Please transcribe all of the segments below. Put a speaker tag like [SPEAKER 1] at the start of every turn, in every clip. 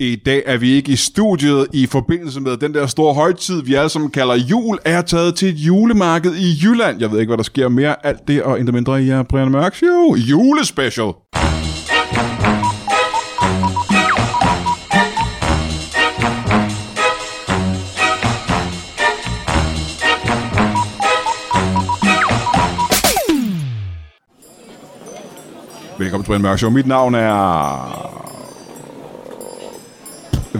[SPEAKER 1] I dag er vi ikke i studiet i forbindelse med den der store højtid, vi alle sammen kalder jul, er jeg taget til et julemarked i Jylland. Jeg ved ikke, hvad der sker mere. Alt det og intet mindre i jer, Brian Mørk Show. Julespecial. Velkommen til Brian Mørk Show. Mit navn er...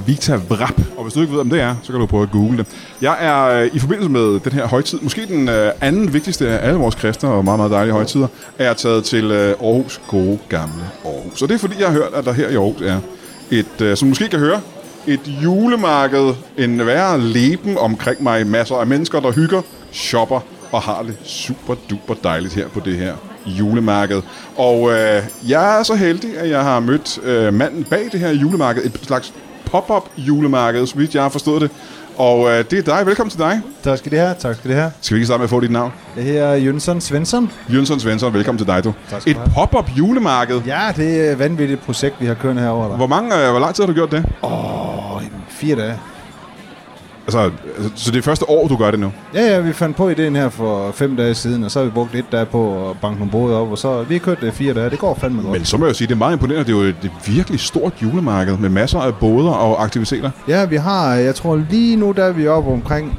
[SPEAKER 1] Vita Vrap. Og hvis du ikke ved, om det er, så kan du prøve at google det. Jeg er øh, i forbindelse med den her højtid, måske den øh, anden vigtigste af alle vores kristne og meget, meget dejlige højtider, er jeg taget til øh, Aarhus gode gamle Aarhus. Og det er fordi, jeg har hørt, at der her i Aarhus er et, øh, som du måske kan høre, et julemarked, en værre leben omkring mig, masser af mennesker, der hygger, shopper og har det super duper dejligt her på det her julemarked. Og øh, jeg er så heldig, at jeg har mødt øh, manden bag det her julemarked, et slags pop-up julemarked, så vidt jeg har forstået det. Og øh, det er dig. Velkommen til dig.
[SPEAKER 2] Tak skal det her, tak skal det her.
[SPEAKER 1] Skal vi ikke starte med at få dit navn?
[SPEAKER 2] Det her er Jønsson Svensson.
[SPEAKER 1] Jønsson Svensson, velkommen til dig, du.
[SPEAKER 2] Tak skal
[SPEAKER 1] Et
[SPEAKER 2] du have.
[SPEAKER 1] pop-up julemarked. Ja.
[SPEAKER 2] Ja, det er et vanvittigt projekt, vi har kørt herovre. Der.
[SPEAKER 1] Hvor, mange, øh, hvor lang tid har du gjort det?
[SPEAKER 2] Hvor? Fire dage.
[SPEAKER 1] Altså, altså, så det er første år, du gør det nu?
[SPEAKER 2] Ja, ja, vi fandt på ideen her for fem dage siden, og så har vi brugt et dag på at banke nogle både op, og så vi har kørt det i fire dage. Det går fandme godt.
[SPEAKER 1] Men så må jeg jo sige, det er meget imponerende. Det er jo et et virkelig stort julemarked med masser af boder og aktiviteter.
[SPEAKER 2] Ja, vi har, jeg tror lige nu, der er vi oppe omkring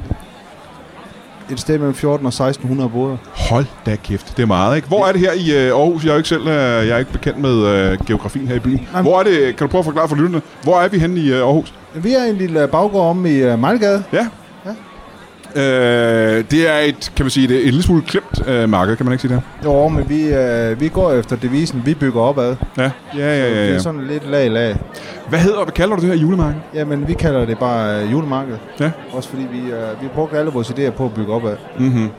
[SPEAKER 2] et sted mellem 14 og 1600 boder.
[SPEAKER 1] Hold da kæft, det er meget, ikke? Hvor er det her i øh, Aarhus? Jeg er jo ikke selv øh, jeg er ikke bekendt med øh, geografien her i byen.
[SPEAKER 2] men-
[SPEAKER 1] Hvor er det, kan du prøve at forklare for lytterne, hvor er vi henne i øh, Aarhus?
[SPEAKER 2] Vi er i en lille baggård om i uh, Malgade.
[SPEAKER 1] Ja.
[SPEAKER 2] Ja.
[SPEAKER 1] Øh, det er et, kan man sige, det er et lille smule klemt øh, marked, kan man ikke sige det?
[SPEAKER 2] Jo, men vi, uh, vi går efter devisen, vi bygger opad.
[SPEAKER 1] Ja, ja, ja, ja.
[SPEAKER 2] Det er
[SPEAKER 1] ja.
[SPEAKER 2] sådan lidt lag i lag.
[SPEAKER 1] Hvad hedder, hvad kalder du det her julemarked?
[SPEAKER 2] Jamen, vi kalder det bare øh, julemarkedet.
[SPEAKER 1] Ja.
[SPEAKER 2] Også fordi vi, øh, vi har brugt alle vores idéer på at bygge op af.
[SPEAKER 1] Mm-hmm.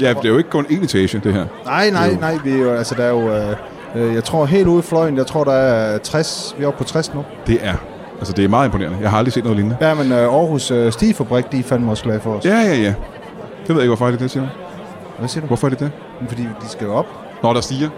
[SPEAKER 1] Ja, det er jo ikke kun en etage, det her.
[SPEAKER 2] Nej, nej,
[SPEAKER 1] Jo.
[SPEAKER 2] nej. Vi, er jo- altså, der er jo, øh, øh, jeg tror helt ude i fløjen, jeg tror der er 60. Vi er oppe på 60 nu.
[SPEAKER 1] Det er, altså det er meget imponerende. Jeg har aldrig set noget lignende.
[SPEAKER 2] Ja, men øh, Aarhus øh, Stigfabrik, de er fandme også glade for os.
[SPEAKER 1] Ja, ja, ja. Det ved jeg ikke, hvorfor er det det, siger du?
[SPEAKER 2] Hvad siger du?
[SPEAKER 1] Hvorfor er det det?
[SPEAKER 2] Fordi de skal jo op.
[SPEAKER 1] Nå, der stiger.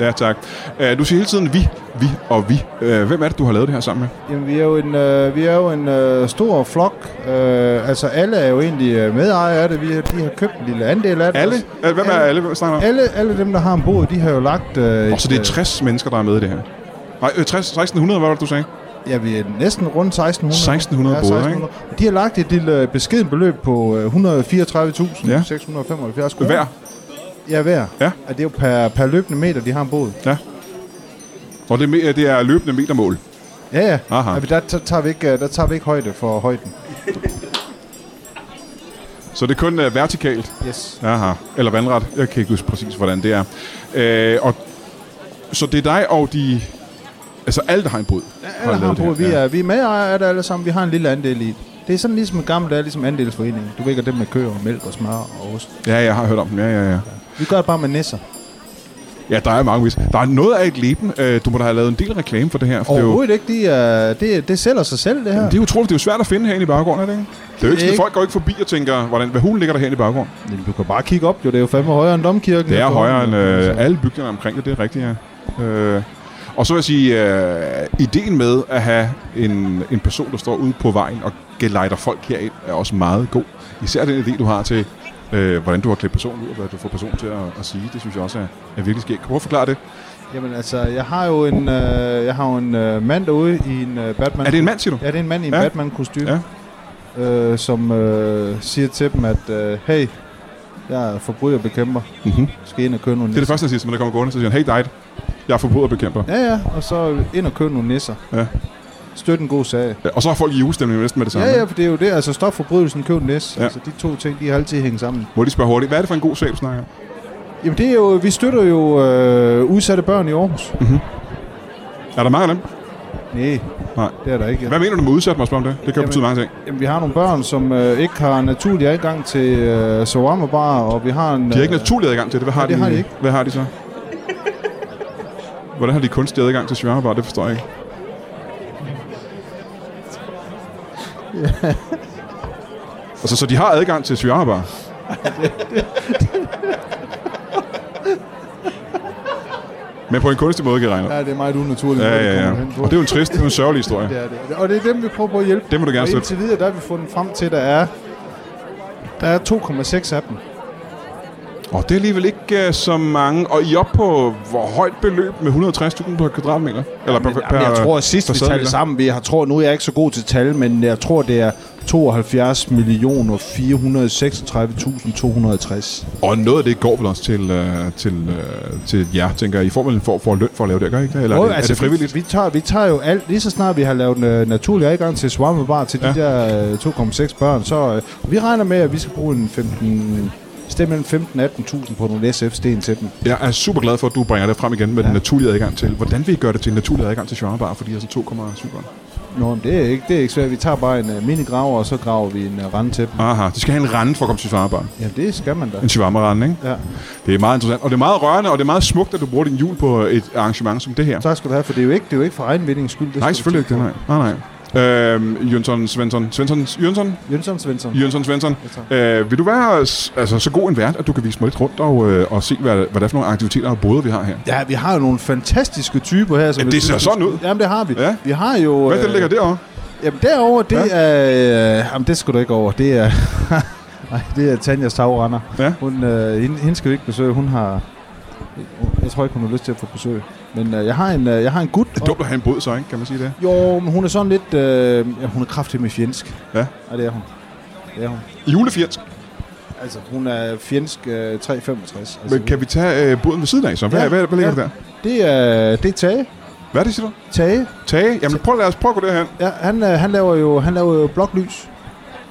[SPEAKER 2] Ja.
[SPEAKER 1] Ja, tak. Øh, du siger hele tiden vi, vi og vi. Øh, hvem er det, du har lavet det her sammen med?
[SPEAKER 2] Jamen, vi er jo en, øh, vi er jo en øh, stor flok. Øh, altså, alle er jo egentlig øh, medejere af det. Vi, har- de har købt en lille andel af det.
[SPEAKER 1] Alle?
[SPEAKER 2] også.
[SPEAKER 1] Øh, Hvem er alle, hvem snakker du om?
[SPEAKER 2] Alle, alle dem, der har en bod, de har jo lagt... Øh,
[SPEAKER 1] Åh, så det er
[SPEAKER 2] et,
[SPEAKER 1] 60 mennesker, der er med i det her. Nej, øh, 60, 1600, hvad var det, du sagde?
[SPEAKER 2] øh, Ja, vi er næsten rundt 1600.
[SPEAKER 1] 1600 boder,
[SPEAKER 2] ikke? De har lagt et lille beskeden beløb på øh, 134.675
[SPEAKER 1] Ja.
[SPEAKER 2] kroner.
[SPEAKER 1] Hver?
[SPEAKER 2] Ja, hver.
[SPEAKER 1] Ja.
[SPEAKER 2] Og det er jo per, per løbende meter, de har en båd.
[SPEAKER 1] Og det, er me- det er løbende metermål.
[SPEAKER 2] Ja, ja.
[SPEAKER 1] Aha.
[SPEAKER 2] Ja, men der, der, tager vi ikke, øh, der tager vi ikke højde for højden.
[SPEAKER 1] Så det er kun øh, vertikalt.
[SPEAKER 2] Yes.
[SPEAKER 1] Aha. Eller vandret. Jeg kan ikke huske præcis, hvordan det er. Øh, og, så det er dig og de... Altså alle, der har en båd. Ja,
[SPEAKER 2] Alle har en båd. Vi er, vi er medejere af det alle sammen. Vi har en lille andel i det. Det er sådan ligesom en gammel, der er ligesom andelsforeningen. Du vækker dem med køer og mælk og smør og ost.
[SPEAKER 1] Ja, jeg har hørt om dem. Ja, ja, ja.
[SPEAKER 2] Vi gør det bare med nisser.
[SPEAKER 1] Ja, der er mange vis. Der er noget af et leben. Øh, du må da have lavet en del reklame for det her. For det, er jo,
[SPEAKER 2] Overhovedet ikke. De, er, det, det sælger sig selv, det her.
[SPEAKER 1] det er utroligt. Det er jo svært at finde herinde i baggrunden, er det ikke? Det er jo ikke sådan, at
[SPEAKER 2] Ikke.
[SPEAKER 1] folk går ikke forbi og tænker, hvordan, hvad hulen ligger der herinde i baggrunden.
[SPEAKER 2] Jamen, du kan bare kigge op, jo. Det er jo fandme højere end domkirken.
[SPEAKER 1] Det er
[SPEAKER 2] efterhånden.
[SPEAKER 1] højere end
[SPEAKER 2] Altså.
[SPEAKER 1] øh, alle bygningerne omkring det, det er rigtigt, ja. Øh, og så vil jeg sige, øh, ideen med at have en, en person, der står ude på vejen og gelejder folk herind, er også meget god. Især den idé, du har til, øh, hvordan du har klædt personen ud, og hvad du får personen til at, at sige, det synes jeg også er, er virkelig skægt. Kan du prøve at forklare det?
[SPEAKER 2] Jamen altså, jeg har jo en, øh, jeg har jo en øh, mand derude i en øh, Batman.
[SPEAKER 1] Er det en mand, siger du?
[SPEAKER 2] Ja, det er en mand i en
[SPEAKER 1] Ja.
[SPEAKER 2] ja. Batman-kostume, ja. øh, som øh, siger til dem, at øh, hey, jeg er forbryderbekæmper.
[SPEAKER 1] Mm-hmm.
[SPEAKER 2] Skal ind og købe nogle
[SPEAKER 1] Det er det
[SPEAKER 2] nisser.
[SPEAKER 1] første, han siger, når der kommer gående, så siger han, hey dig, jeg er forbryderbekæmper.
[SPEAKER 2] Ja, ja, og så ind og købe nogle nisser.
[SPEAKER 1] Ja.
[SPEAKER 2] Støt en god sag.
[SPEAKER 1] Ja. Og så har folk i julestemning næsten med det samme.
[SPEAKER 2] Ja, ja, for det er jo det. Altså, stop forbrydelsen, køb en næs.
[SPEAKER 1] Ja.
[SPEAKER 2] Ja. Altså, de to ting, de har altid hængt sammen.
[SPEAKER 1] Må de spørge hurtigt, hvad er det for en god sag, du snakker om?
[SPEAKER 2] Jamen, det er jo, vi støtter jo øh, udsatte børn i Aarhus.
[SPEAKER 1] Er der mange af dem?
[SPEAKER 2] Nej,
[SPEAKER 1] Nej.
[SPEAKER 2] det er der ikke.
[SPEAKER 1] Hvad mener du med udsat mig om det? Det kan jo
[SPEAKER 2] Jamen-
[SPEAKER 1] betyde mange ting.
[SPEAKER 2] Jamen, vi har nogle børn, som øh, ikke har naturlig adgang til øh, shawarma bar, og vi har en... øh,
[SPEAKER 1] De har ikke naturlig adgang til det. Hvad har,
[SPEAKER 2] Nej, det
[SPEAKER 1] de,
[SPEAKER 2] har de ikke.
[SPEAKER 1] Hvad har de så? Hvordan har de kunstig adgang til shawarma bar? Det forstår jeg ikke. altså, så de har adgang til shawarma bar? Men på en kunstig måde kan jeg regne ud.
[SPEAKER 2] Ja, det er meget unaturligt,
[SPEAKER 1] Ja,
[SPEAKER 2] måde,
[SPEAKER 1] ja,
[SPEAKER 2] det
[SPEAKER 1] ja.
[SPEAKER 2] kommer hen på.
[SPEAKER 1] Og det er jo en trist, det er jo en sørgelig historie.
[SPEAKER 2] Det er det. Og det er dem, vi prøver på at hjælpe.
[SPEAKER 1] Dem må du gerne
[SPEAKER 2] og
[SPEAKER 1] støtte.
[SPEAKER 2] indtil videre, der har vi fundet frem til, der er, der er 2,6 af dem.
[SPEAKER 1] Og det er alligevel ikke uh, så mange. Og I er oppe på hvor højt beløb med 160.000 per kvadratmeter? Eller per, per,
[SPEAKER 2] Jamen, jeg tror, at sidst
[SPEAKER 1] per
[SPEAKER 2] vi talte
[SPEAKER 1] sædmeter?
[SPEAKER 2] det sammen, vi har, tror, nu er jeg ikke så god til tal, men jeg tror, det er 72 millioner 436.260.
[SPEAKER 1] Og noget af det går vel også til, øh, til, øh, til jer, tænker jeg. I får vel en form for løn for at lave det, gør I ikke det? Eller er, det, altså, er det frivilligt?
[SPEAKER 2] Vi, vi, tager, vi tager jo alt, lige så snart vi har lavet en øh, naturlig adgang til Swarmabar til ja.
[SPEAKER 1] Ja.
[SPEAKER 2] de der øh, 2,6 børn, så øh, vi regner med, at vi skal bruge en 15, sted mellem 15 og 18.000 på nogle SF-sten til dem.
[SPEAKER 1] Jeg er super glad for, at du bringer det frem igen med ja. den naturlige adgang til. Hvordan vil I gøre det til en naturlig adgang til Sjørnebar, fordi altså, de er sådan 2,7 børn?
[SPEAKER 2] Nå, men det er ikke, det er ikke svært. Vi tager bare en uh, minigraver, og så graver vi en uh, rand til dem.
[SPEAKER 1] Aha, de skal have en rande for at komme til Sjørnebar.
[SPEAKER 2] Jamen, det skal man da.
[SPEAKER 1] En shawarma ikke?
[SPEAKER 2] Ja.
[SPEAKER 1] Det er meget interessant, og det er meget rørende, og det er meget smukt, at du bruger din jul på et arrangement som det her.
[SPEAKER 2] Tak skal du have, for det er jo ikke, det er jo ikke for egen vindings skyld. Det
[SPEAKER 1] Nej,
[SPEAKER 2] skal du
[SPEAKER 1] selvfølgelig ikke det,
[SPEAKER 2] tænke
[SPEAKER 1] nej. Nej, nej. Øhm, Jønsson, Svensson, Svensson, Jønsson,
[SPEAKER 2] på. Jønsson Svensson.
[SPEAKER 1] Jønsson, Svensson.
[SPEAKER 2] tak.
[SPEAKER 1] Øh, vil du være s- altså, så god en vært, at du kan vise mig lidt rundt og, øh, og se, hvad, hvad det er for nogle aktiviteter og både vi har her?
[SPEAKER 2] Ja, vi har jo nogle fantastiske typer her. Som
[SPEAKER 1] Ja,
[SPEAKER 2] jeg
[SPEAKER 1] det
[SPEAKER 2] synes,
[SPEAKER 1] ser
[SPEAKER 2] du-
[SPEAKER 1] sådan ud.
[SPEAKER 2] Jamen, det har vi.
[SPEAKER 1] Ja.
[SPEAKER 2] Vi har jo...
[SPEAKER 1] Hvad er det, der ligger derovre?
[SPEAKER 2] Jamen, derovre, det
[SPEAKER 1] Ja.
[SPEAKER 2] er... Øh, jamen, det skal du ikke over. Det er... Nej, det er Tanjas tagrender.
[SPEAKER 1] Ja.
[SPEAKER 2] Hun, øh, hende, hende skal vi ikke besøge. Hun har... Jeg tror ikke, hun har lyst til at få besøg. Men øh, jeg har en, øh, jeg har en gut.
[SPEAKER 1] Det er dumt at have en båd, så, ikke? Kan man sige det?
[SPEAKER 2] Jo, men hun er sådan lidt... Øh, ja, hun er kraftig med fjendsk.
[SPEAKER 1] Ja.
[SPEAKER 2] Ja, det er hun. Det er hun.
[SPEAKER 1] Julefjernsk.
[SPEAKER 2] Altså, hun er fjendsk øh, 365. Altså,
[SPEAKER 1] Men kan vi tage øh, båden ved siden af, så? Hvad,
[SPEAKER 2] Ja,
[SPEAKER 1] ja, hvad, hvad ligger der
[SPEAKER 2] ja.
[SPEAKER 1] der?
[SPEAKER 2] det, er, det er Tage.
[SPEAKER 1] Hvad er det, siger du?
[SPEAKER 2] Tage,
[SPEAKER 1] Tage? Jamen, prøv, lad os prøve at gå derhen.
[SPEAKER 2] ja, han, øh, han, laver jo, han laver jo bloklys.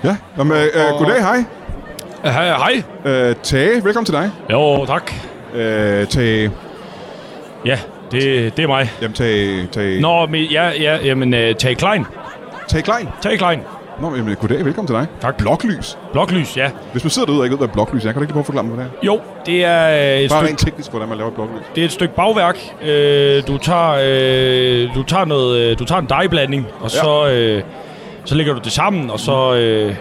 [SPEAKER 1] Ja. Jamen, øh, øh, goddag, hej.
[SPEAKER 3] Ja, Hej, hej.
[SPEAKER 1] Øh, Tage, velkommen til dig.
[SPEAKER 3] Jo, tak.
[SPEAKER 1] Øh, Tage,
[SPEAKER 3] Ja, det, det er mig.
[SPEAKER 1] jamen, Tage, Tage,
[SPEAKER 3] Nå, men ja, ja, jamen, øh, tag Klein.
[SPEAKER 1] Tage Klein.
[SPEAKER 3] Tag Klein.
[SPEAKER 1] Nå, men, jamen, goddag, velkommen til dig.
[SPEAKER 3] Tak.
[SPEAKER 1] Bloklys.
[SPEAKER 3] Bloklys, ja.
[SPEAKER 1] Hvis man sidder derude og ikke ved, hvad bloklys er, kan du ikke lige prøve at forklare mig, hvad det er?
[SPEAKER 3] Jo, det er øh, et,
[SPEAKER 1] Bare
[SPEAKER 3] stykke,
[SPEAKER 1] rent teknisk, hvordan man laver et bloklys.
[SPEAKER 3] det er et stykke bagværk. Øh, du, tager, øh, du, tager noget, øh, du tager en dejblanding, og så, øh, så lægger du det sammen, og så, øh,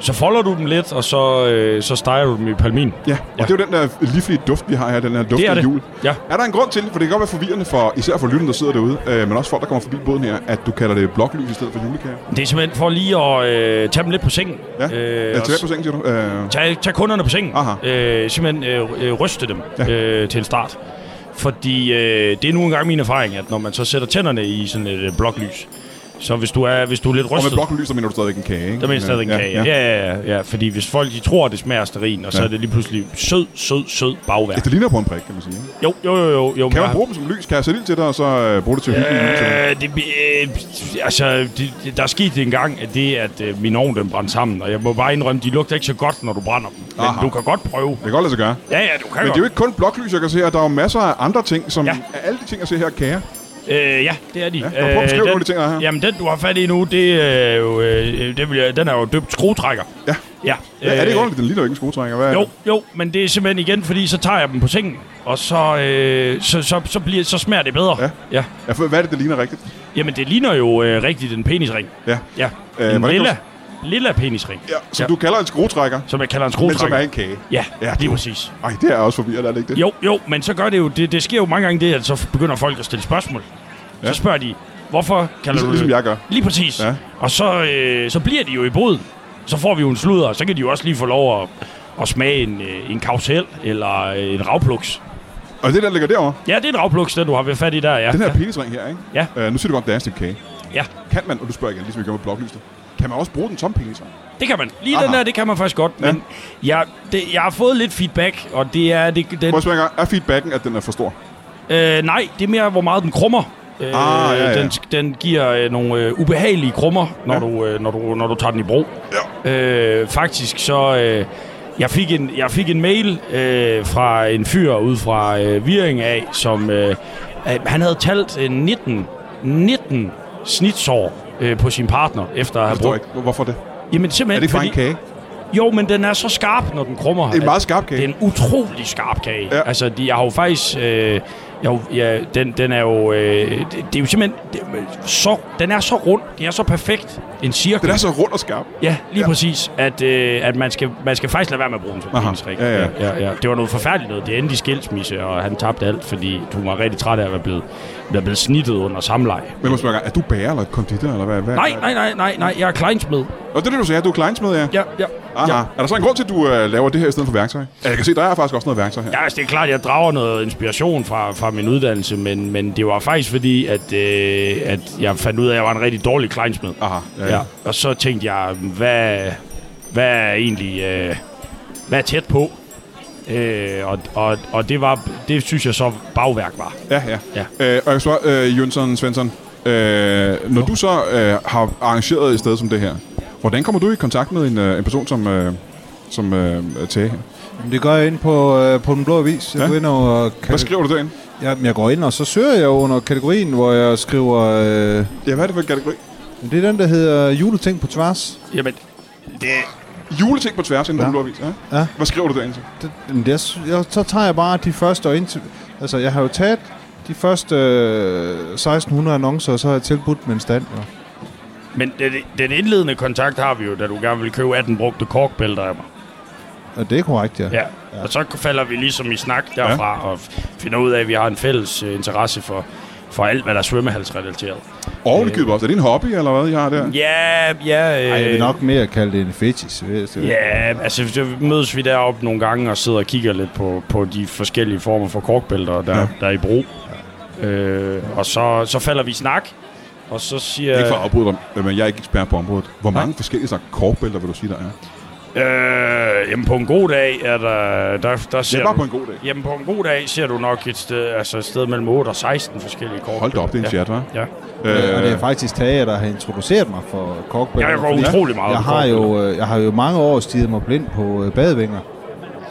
[SPEAKER 3] så folder du dem lidt, og så, øh, så steger du dem i palmin.
[SPEAKER 1] Ja, og
[SPEAKER 3] Ja.
[SPEAKER 1] det er jo den der livlige duft, vi har her, den her duft
[SPEAKER 3] Det er
[SPEAKER 1] af
[SPEAKER 3] det.
[SPEAKER 1] jul.
[SPEAKER 3] Ja.
[SPEAKER 1] Er der en grund til, for det kan godt være forvirrende for især for lytterne, der sidder derude, øh, men også folk, der kommer forbi båden her, at du kalder det bloklys i stedet for julekager?
[SPEAKER 3] Det er simpelthen for lige at øh, tage dem lidt på sengen.
[SPEAKER 1] Ja, øh,
[SPEAKER 3] og
[SPEAKER 1] tilbage på sengen, siger du? Øh,
[SPEAKER 3] Tag, tag kunderne på sengen.
[SPEAKER 1] Aha.
[SPEAKER 3] Øh, simpelthen øh, øh, ryste dem
[SPEAKER 1] Ja.
[SPEAKER 3] ja. øh, til en start. Fordi øh, det er nu engang min erfaring, at når man så sætter tænderne i sådan et øh, bloklys, så hvis du er, hvis du er lidt
[SPEAKER 1] og med
[SPEAKER 3] rystet,
[SPEAKER 1] bloklys, der mener du stadigvæk en kage, ikke?
[SPEAKER 3] der mener stadig en kage. Ja, ja, ja, ja. Fordi hvis folk de tror, at det smager af stearin, og så
[SPEAKER 1] Ja.
[SPEAKER 3] er det lige pludselig sød, sød, sød
[SPEAKER 1] Ja,
[SPEAKER 3] bagværk.
[SPEAKER 1] det ligner på en prik, kan man sige. ikke?
[SPEAKER 3] Jo, jo, jo. jo, jo
[SPEAKER 1] Kan
[SPEAKER 3] men-
[SPEAKER 1] man bruge dem som lys? Kan jeg sætte ild til dig, og så øh, bruge det til at hygge øh,
[SPEAKER 3] Øh, det, øh, altså, det, der er sket en gang, at det, at øh, min ovn den brændte sammen, og jeg må bare indrømme, de lugter ikke så godt, når du brænder dem. Men
[SPEAKER 1] Aha.
[SPEAKER 3] du kan godt prøve.
[SPEAKER 1] Det kan godt lade sig gøre.
[SPEAKER 3] Ja, ja, du kan
[SPEAKER 1] Men det
[SPEAKER 3] godt.
[SPEAKER 1] er jo ikke kun bloklys, jeg kan se her. Der er jo masser af andre ting, som ja.
[SPEAKER 3] Ja.
[SPEAKER 1] alle de ting, jeg ser her, er kager.
[SPEAKER 3] Øh, ja, det er de.
[SPEAKER 1] Ja, kan du prøve at beskrive
[SPEAKER 3] den-
[SPEAKER 1] nogle af de ting, der er her?
[SPEAKER 3] Jamen, den du har fat i nu, det er jo, øh, det vil jeg, den er jo døbt skruetrækker.
[SPEAKER 1] Ja.
[SPEAKER 3] Ja.
[SPEAKER 1] Øh, er det ikke ordentligt? Den ligner jo ikke en skruetrækker. Hvad er
[SPEAKER 3] Jo,
[SPEAKER 1] det?
[SPEAKER 3] jo, men det er simpelthen igen, fordi så tager jeg dem på sengen, og så, øh, så, så, så, bliver, så smager det bedre.
[SPEAKER 1] Ja.
[SPEAKER 3] ja.
[SPEAKER 1] Ja, for hvad er det, det ligner rigtigt?
[SPEAKER 3] Jamen, det ligner jo øh, rigtigt en penisring.
[SPEAKER 1] Ja.
[SPEAKER 3] Ja,
[SPEAKER 1] Øh,
[SPEAKER 3] øh, en
[SPEAKER 1] hvordan
[SPEAKER 3] lilla, lilla penisring,
[SPEAKER 1] ja som
[SPEAKER 3] Ja.
[SPEAKER 1] du kalder en skruetrækker,
[SPEAKER 3] som jeg kalder en
[SPEAKER 1] men som
[SPEAKER 3] skruetrækker.
[SPEAKER 1] er en kage.
[SPEAKER 3] Ja,
[SPEAKER 1] Ja,
[SPEAKER 3] ja, lige
[SPEAKER 1] du-
[SPEAKER 3] præcis.
[SPEAKER 1] Ej, det er også forvirrende, er det ikke det?
[SPEAKER 3] Jo, jo, men så gør det jo, det, det sker jo mange gange det, at så begynder folk at stille spørgsmål.
[SPEAKER 1] Ja.
[SPEAKER 3] Ja. Så spørger de, hvorfor kalder
[SPEAKER 1] Ligesom,
[SPEAKER 3] du det?
[SPEAKER 1] ligesom jeg gør.
[SPEAKER 3] Lige præcis.
[SPEAKER 1] Ja.
[SPEAKER 3] Ja. Og så, øh, så bliver de jo i bod. Så får vi jo en sludder, og så kan de jo også lige få lov at, at smage en, øh, en karusel eller øh, en ravpluks.
[SPEAKER 1] Og det der ligger derovre,
[SPEAKER 3] Ja, det er en ravpluks, den du har ved fat i der, ja.
[SPEAKER 1] den her
[SPEAKER 3] ja.
[SPEAKER 1] penisring her, ikke?
[SPEAKER 3] Ja.
[SPEAKER 1] Øh, nu siger du godt, det er en stykke kage.
[SPEAKER 3] ja.
[SPEAKER 1] Kan man, og du spørger igen, ligesom vi gjorde med bloklyset, kan man også bruge den som penisring?
[SPEAKER 3] Det kan man. Lige
[SPEAKER 1] Aha.
[SPEAKER 3] den der, det kan man faktisk godt.
[SPEAKER 1] Ja.
[SPEAKER 3] Men jeg, det, jeg har fået lidt feedback, og det er... Det, den,
[SPEAKER 1] Prøv at spørge en gang, er feedbacken, at den er for stor?
[SPEAKER 3] øh, nej, det er mere, hvor meget den krummer. Øh,
[SPEAKER 1] Ah, ja, ja.
[SPEAKER 3] Den, den giver øh, nogle øh, ubehagelige krummer, når, ja. du, øh, når, du, når du tager den i brug.
[SPEAKER 1] Ja.
[SPEAKER 3] Øh, faktisk så... Øh, jeg fik en, jeg fik en mail øh, fra en fyr ude fra øh, Viring af, som... Øh, øh, han havde talt øh, 19, 19 snitsår øh, på sin partner, efter at
[SPEAKER 1] Jeg
[SPEAKER 3] have
[SPEAKER 1] forstår
[SPEAKER 3] brugt...
[SPEAKER 1] ikke, Hvor- hvorfor det? Er
[SPEAKER 3] Jamen simpelthen
[SPEAKER 1] det ikke bare en kage?
[SPEAKER 3] Jo, men den er så skarp, når den krummer.
[SPEAKER 1] Det er en
[SPEAKER 3] at-
[SPEAKER 1] meget skarp kage.
[SPEAKER 3] det er en utrolig skarp kage.
[SPEAKER 1] Ja.
[SPEAKER 3] Ja. Altså, de, jeg har jo faktisk... Øh, Jo, ja, den, den er jo... Øh, det, det er jo simpelthen... Det, så, den er så rund. Det er så perfekt. En cirkel.
[SPEAKER 1] Den er så rund og skarp.
[SPEAKER 3] Ja, lige ja. præcis. At, øh, at man, skal, man skal faktisk lade være med at bruge den som
[SPEAKER 1] Aha.
[SPEAKER 3] penisring.
[SPEAKER 1] Ja, ja.
[SPEAKER 3] Ja, ja. Det var noget forfærdeligt noget. Det endte i skilsmisse, og han tabte alt, fordi hun var rigtig træt af at være blevet, være blevet snittet under samleje.
[SPEAKER 1] Men må spørge, er du bager eller konditor, eller hvad? hvad
[SPEAKER 3] Nej, nej, nej, nej, nej. Jeg er kleinsmed.
[SPEAKER 1] Og det er det, du sagde, du er kleinsmed, ja.
[SPEAKER 3] Ja, ja.
[SPEAKER 1] Aha.
[SPEAKER 3] ja.
[SPEAKER 1] Er der så en grund til, at du øh, laver det her i stedet for værktøj? Ja, jeg kan se, der er faktisk også noget værktøj her.
[SPEAKER 3] Ja, altså, det er klart, jeg drager noget inspiration fra, fra min uddannelse, men, men det var faktisk fordi, at, øh, at jeg fandt ud af, at jeg var en rigtig dårlig kleinsmed.
[SPEAKER 1] Aha, ja, ja.
[SPEAKER 3] Ja. Og så tænkte jeg, hvad, hvad er egentlig øh, hvad er tæt på? Øh, og, og, og det var det synes jeg så bagværk var.
[SPEAKER 1] Ja, ja.
[SPEAKER 3] Ja.
[SPEAKER 1] Øh, og jeg så, øh, Jønsson Svensson, øh, når du så øh, har arrangeret et sted som det her, hvordan kommer du i kontakt med en, øh, en person som, øh, som øh, Tage her?
[SPEAKER 2] Jamen, Det gør jeg ind på, øh, på den blå avis. Jeg
[SPEAKER 1] Ja.
[SPEAKER 2] ja. går ind og...
[SPEAKER 1] Hvad skriver du derinde?
[SPEAKER 2] Jamen, jeg går ind, og så søger jeg under kategorien, hvor jeg skriver... Øh,
[SPEAKER 1] Ja, hvad er det for en kategori?
[SPEAKER 2] det er den, der hedder juleting på tværs.
[SPEAKER 3] Jamen, det,
[SPEAKER 1] Juleting på tværs, inden
[SPEAKER 2] Ja.
[SPEAKER 1] ja. ja.
[SPEAKER 2] Ja.
[SPEAKER 1] Hvad skriver du derinde til?
[SPEAKER 2] Det, jamen, det er, s- jeg, så tager jeg bare de første og indtil... Altså, jeg har jo taget de første øh, 1600 annoncer, og så har jeg tilbudt med en stand. Jo.
[SPEAKER 3] men den, den indledende kontakt har vi jo, da du gerne vil købe 18 brugte korkbælter af mig.
[SPEAKER 2] Og det er korrekt, ja.
[SPEAKER 3] Ja. Og så falder vi ligesom i snak derfra ja. og f- finder ud af, at vi har en fælles øh, interesse for, for alt, hvad der er svømmehalsrelateret.
[SPEAKER 1] Og øh. også. Er det en hobby, eller hvad, I har der?
[SPEAKER 3] Ja, ja. Øh,
[SPEAKER 2] Ej, jeg vil nok mere kalde det en fetish. ved jeg.
[SPEAKER 3] Ja, altså så mødes vi deroppe nogle gange og sidder og kigger lidt på, på de forskellige former for korkbælter, der, ja. der er i brug. Øh, og så, så falder vi i snak, og så siger...
[SPEAKER 1] Ikke for at afbryde dig, øh, men jeg er ikke ekspert på området. Hvor mange forskellige slags korkbælter vil du sige, der er?
[SPEAKER 3] Øh, jamen på en god dag er der... der, der ser
[SPEAKER 1] Det er bare
[SPEAKER 3] du,
[SPEAKER 1] på en god dag.
[SPEAKER 3] Jamen på en god dag ser du nok et sted, altså et sted mellem 8 og 16 forskellige korkbælter.
[SPEAKER 1] Hold da op, det er en chat, hva'?
[SPEAKER 3] Ja.
[SPEAKER 2] Øh, og det er
[SPEAKER 1] Øh,
[SPEAKER 2] faktisk Tage, der har introduceret mig for
[SPEAKER 3] ja.
[SPEAKER 2] kokbælter.
[SPEAKER 3] Jeg går utrolig meget
[SPEAKER 2] Jeg
[SPEAKER 3] på
[SPEAKER 2] har,
[SPEAKER 3] korkbælter.
[SPEAKER 2] jo, øh, jeg har jo mange år stiget mig blind på øh, badevinger.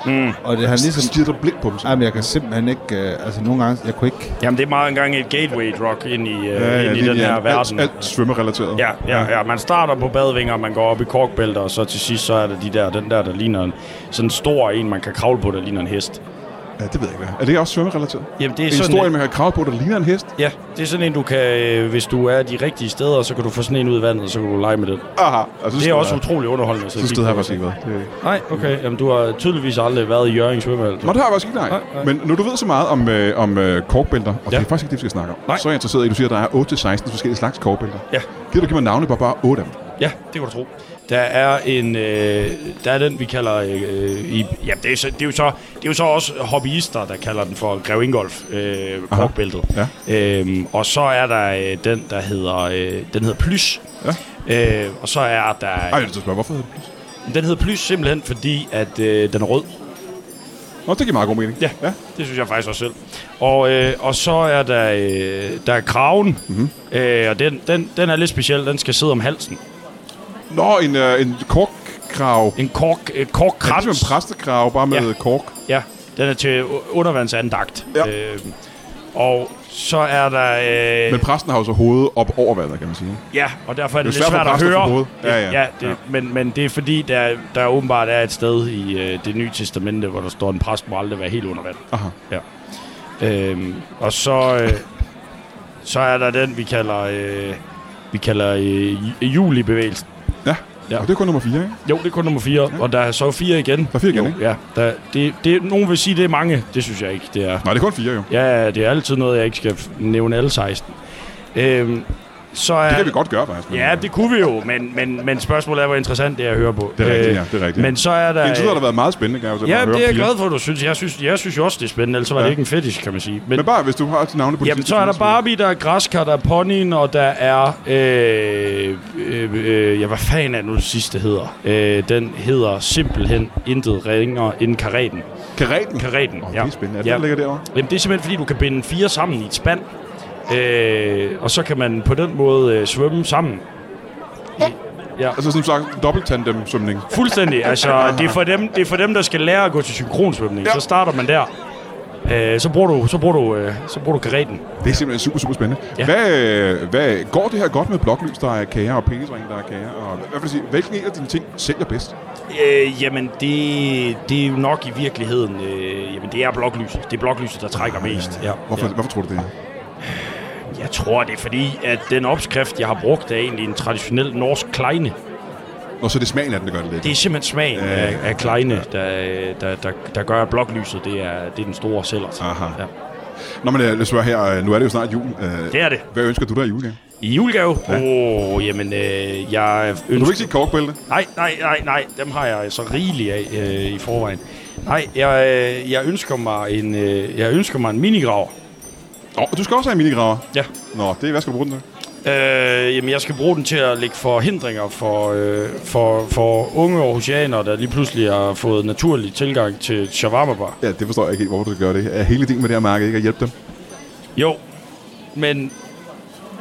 [SPEAKER 2] Mm. Og det har
[SPEAKER 1] ligesom...
[SPEAKER 2] ligesom...
[SPEAKER 1] Stiger der blik på dem? så?
[SPEAKER 2] Jamen, jeg kan simpelthen ikke... Øh, altså, nogle gange... Jeg kunne ikke...
[SPEAKER 3] Jamen det er meget engang et gateway drug ind i, øh, ja, ind i
[SPEAKER 1] lige-
[SPEAKER 3] den her verden.
[SPEAKER 1] Alt, alt svømmerelateret.
[SPEAKER 3] Ja, ja, ja. Man starter på badvinger, man går op i korkbælter, og så til sidst, så er det de der, den der, der ligner en, sådan en stor en, man kan kravle på, der ligner en hest.
[SPEAKER 1] ja. det ved jeg ikke, hvad. er. Er det også svømmerelateret?
[SPEAKER 3] Jamen, det er
[SPEAKER 1] en
[SPEAKER 3] sådan
[SPEAKER 1] historie,
[SPEAKER 3] en-
[SPEAKER 1] man kan kravle på, der ligner en hest.
[SPEAKER 3] Ja, det er sådan en, du kan, øh, hvis du er de rigtige steder, så kan du få sådan en ud i vandet, og så kan du lege med den.
[SPEAKER 1] Aha. Altså,
[SPEAKER 3] Det er også utrolig underholdende.
[SPEAKER 1] Det sted har jeg faktisk ikke været. Det-
[SPEAKER 3] Nej, okay. Jamen, du har tydeligvis aldrig været i Jørgen svømmehal.
[SPEAKER 1] Nå, det har jeg faktisk ikke, nej.
[SPEAKER 3] Nej, nej.
[SPEAKER 1] Men når du ved så meget om, øh, om øh, korkbælter, og ja.
[SPEAKER 3] Ja.
[SPEAKER 1] det er faktisk ikke det, vi skal snakke om,
[SPEAKER 3] Nej.
[SPEAKER 1] så er jeg interesseret i, at du siger, at der er 8-16 forskellige slags korkbælter.
[SPEAKER 3] Ja.
[SPEAKER 1] Gider du give mig navne på bare 8 af dem?
[SPEAKER 3] Ja, det kan du tro. Der er en, øh, der er den, vi kalder, øh, i, ja, det er, så, det, er jo så, det er jo så også hobbyister, der kalder den for Grev Ingolf, øh, korkbæltet.
[SPEAKER 1] Ja.
[SPEAKER 3] Øhm, og så er der øh, den, der hedder, øh, den hedder Plys.
[SPEAKER 1] Ja.
[SPEAKER 3] Øh, og så er der...
[SPEAKER 1] Ej, jeg er spørge, hvorfor hedder det plus?
[SPEAKER 3] Den hedder Plys simpelthen, fordi at øh, den er rød.
[SPEAKER 1] Nå, det giver meget god mening.
[SPEAKER 3] Ja,
[SPEAKER 1] ja.
[SPEAKER 3] ja, det synes jeg faktisk også selv. Og, øh, og så er der, øh, der er kraven,
[SPEAKER 1] Mhm.
[SPEAKER 3] mm-hmm. øh, og den, den, den er lidt speciel. Den skal sidde om halsen.
[SPEAKER 1] Nå, en, øh, en korkkrav.
[SPEAKER 3] En kork, øh,
[SPEAKER 1] Det er
[SPEAKER 3] korkkrans.
[SPEAKER 1] ligesom en præstekrav, bare med
[SPEAKER 3] Ja.
[SPEAKER 1] kork.
[SPEAKER 3] Ja, den er til u- undervandsandagt.
[SPEAKER 1] Ja.
[SPEAKER 3] Øh, og så er der... Øh,
[SPEAKER 1] Men præsten har jo så hovedet op over vandet, kan man sige.
[SPEAKER 3] ja, og derfor er det,
[SPEAKER 1] Det er
[SPEAKER 3] lidt
[SPEAKER 1] svært for
[SPEAKER 3] svært at
[SPEAKER 1] præster at få
[SPEAKER 3] høre.
[SPEAKER 1] hovedet. Ja, ja.
[SPEAKER 3] ja, det,
[SPEAKER 1] Ja.
[SPEAKER 3] Men, men det er fordi, der, der åbenbart er et sted i øh, det nye testamente, hvor der står, en præst må aldrig være helt under vand.
[SPEAKER 1] Aha.
[SPEAKER 3] Ja. Øhm, og så, øh, så er der den, vi kalder, øh, vi kalder øh, julibevægelsen.
[SPEAKER 1] Ja. ja.
[SPEAKER 3] Ja.
[SPEAKER 1] Og det er kun nummer 4, ikke?
[SPEAKER 3] Jo, det er kun nummer 4, ja. og der er så fire igen.
[SPEAKER 1] Der er fire igen,
[SPEAKER 3] jo,
[SPEAKER 1] ikke?
[SPEAKER 3] Ja, der, det, det, nogen vil sige, det er mange. Det synes jeg ikke, det er.
[SPEAKER 1] Nej, det er kun 4 jo.
[SPEAKER 3] Ja, det er altid noget, jeg ikke skal f- nævne alle 16. Øhm, så er,
[SPEAKER 1] Det kan vi godt gøre, faktisk. men,
[SPEAKER 3] Ja,
[SPEAKER 1] øh,
[SPEAKER 3] det kunne vi jo, men, men, men spørgsmålet er, hvor interessant det er at høre på. Øh,
[SPEAKER 1] Det er rigtigt, ja, det er rigtigt.
[SPEAKER 3] Men så er der...
[SPEAKER 1] Indtil videre har det været meget spændende, kan jeg fortælle
[SPEAKER 3] Ja,
[SPEAKER 1] mig, at
[SPEAKER 3] det
[SPEAKER 1] høre
[SPEAKER 3] er jeg
[SPEAKER 1] om piger.
[SPEAKER 3] glad for, du synes. Jeg synes, jeg synes jo også, det er spændende, ellers var
[SPEAKER 1] Ja.
[SPEAKER 3] det ikke en fetish, kan man sige. Men,
[SPEAKER 1] Men bare, hvis du har de navne på de
[SPEAKER 3] Jamen,
[SPEAKER 1] sidste
[SPEAKER 3] så er der
[SPEAKER 1] fire,
[SPEAKER 3] Barbie, der er græskar, der er ponyen, og der er... Øh, øh, øh, ja, hvad fanden er det nu det sidste hedder? Øh, den hedder simpelthen intet ringer end karaten.
[SPEAKER 1] Karetten.
[SPEAKER 3] Karaten,
[SPEAKER 1] Åh,
[SPEAKER 3] oh,
[SPEAKER 1] det
[SPEAKER 3] ja.
[SPEAKER 1] er spændende. Er det, der ligger derovre?
[SPEAKER 3] Jamen, det er simpelthen, fordi du kan binde fire sammen i et spand, øh, og så kan man på den måde øh, svømme sammen. Ja,
[SPEAKER 1] Altså sådan en slags dobbelt tandem svømning.
[SPEAKER 3] fuldstændig. Altså, det er, for dem, det er for dem, der skal lære at gå til synkronsvømning.
[SPEAKER 1] Ja.
[SPEAKER 3] Ja. Så starter man der. Øh, så bruger du, så bruger du, øh, så bruger du karetten.
[SPEAKER 1] Det er simpelthen super, super spændende. Ja.
[SPEAKER 3] Ja.
[SPEAKER 1] Hvad, øh, hvad, går det her godt med bloklys, der er kager, og penisring, der er kager? Og, hvad vil du sige, hvilken en af dine ting sælger bedst?
[SPEAKER 3] Øh, jamen, det, det er jo nok i virkeligheden... Øh, jamen, det er bloklyset. Det er bloklyset, der trækker mest. Ja.
[SPEAKER 1] Hvorfor, ja. hvorfor tror du det?
[SPEAKER 3] Jeg tror, det er fordi, at den opskrift, jeg har brugt, er egentlig en traditionel norsk kleine.
[SPEAKER 1] Nå, så er det smagen af den, der gør det lidt.
[SPEAKER 3] Det er simpelthen smagen
[SPEAKER 1] Ja,
[SPEAKER 3] af,
[SPEAKER 1] ja,
[SPEAKER 3] af kleine, der, øh, der, der, der gør, at bloklyset det er, det er den store sælger.
[SPEAKER 1] Aha.
[SPEAKER 3] Ja.
[SPEAKER 1] Nå, men øh, lad os høre her. øh, Nu er det jo snart jul. Øh,
[SPEAKER 3] Det er det.
[SPEAKER 1] Hvad ønsker du der i julegave?
[SPEAKER 3] I julegave? Åh, ja. oh, jamen, øh, jeg
[SPEAKER 1] Du vil
[SPEAKER 3] ønsker...
[SPEAKER 1] ikke sige korkbælte?
[SPEAKER 3] Nej, nej, nej, nej. Dem har jeg så rigeligt af øh, i forvejen. Nej, jeg, øh, jeg ønsker mig en, øh, jeg ønsker mig en minigraver.
[SPEAKER 1] Nå, og du skal også have en minigraver.
[SPEAKER 3] Ja.
[SPEAKER 1] Nå, det, hvad skal du bruge den til?
[SPEAKER 3] Øh, jamen, jeg skal bruge den til at lægge forhindringer for, øh, for, for unge aarhusianere, der lige pludselig har fået naturlig tilgang til shawarma bar.
[SPEAKER 1] Ja, det forstår jeg ikke helt, hvorfor du skal gøre det. Er hele ideen med det her marked ikke at hjælpe dem?
[SPEAKER 3] Jo, men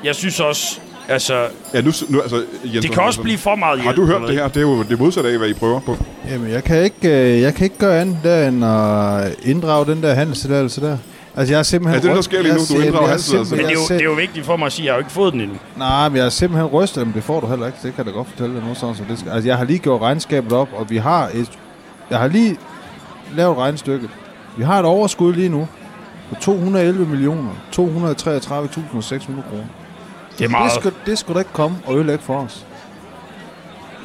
[SPEAKER 3] jeg synes også, altså,
[SPEAKER 1] Ja, nu, nu altså... Jens,
[SPEAKER 3] det kan også blive for meget hjælp.
[SPEAKER 1] Har du hørt
[SPEAKER 3] ved
[SPEAKER 1] det her? Det er jo det modsatte af, hvad I prøver på.
[SPEAKER 2] Jamen, jeg kan ikke, øh, jeg kan ikke gøre andet der, end at inddrage den der handelstilladelse der. Altså, jeg er simpelthen...
[SPEAKER 1] Er det det, der
[SPEAKER 2] ryst-
[SPEAKER 1] sker lige
[SPEAKER 2] jeg
[SPEAKER 1] nu? Du
[SPEAKER 2] er sim-
[SPEAKER 1] inddrager
[SPEAKER 2] jeg er
[SPEAKER 1] handelstilladelse?
[SPEAKER 2] simpelthen-
[SPEAKER 3] Men det
[SPEAKER 2] jeg
[SPEAKER 3] er, jo,
[SPEAKER 2] er
[SPEAKER 3] det er jo vigtigt for mig at sige, at jeg har jo ikke fået den endnu.
[SPEAKER 2] Nej, men jeg er simpelthen rystet, men det får du heller ikke. Det kan jeg da godt fortælle dig nu, sådan som det skal. Altså, jeg har lige gjort regnskabet op, og vi har et... Jeg har lige lavet regnstykket. Vi har et overskud lige nu på 211 millioner 233.600 kroner.
[SPEAKER 3] Det er
[SPEAKER 2] Det
[SPEAKER 3] meget.
[SPEAKER 2] skulle, det skulle da ikke komme og ødelægge for os.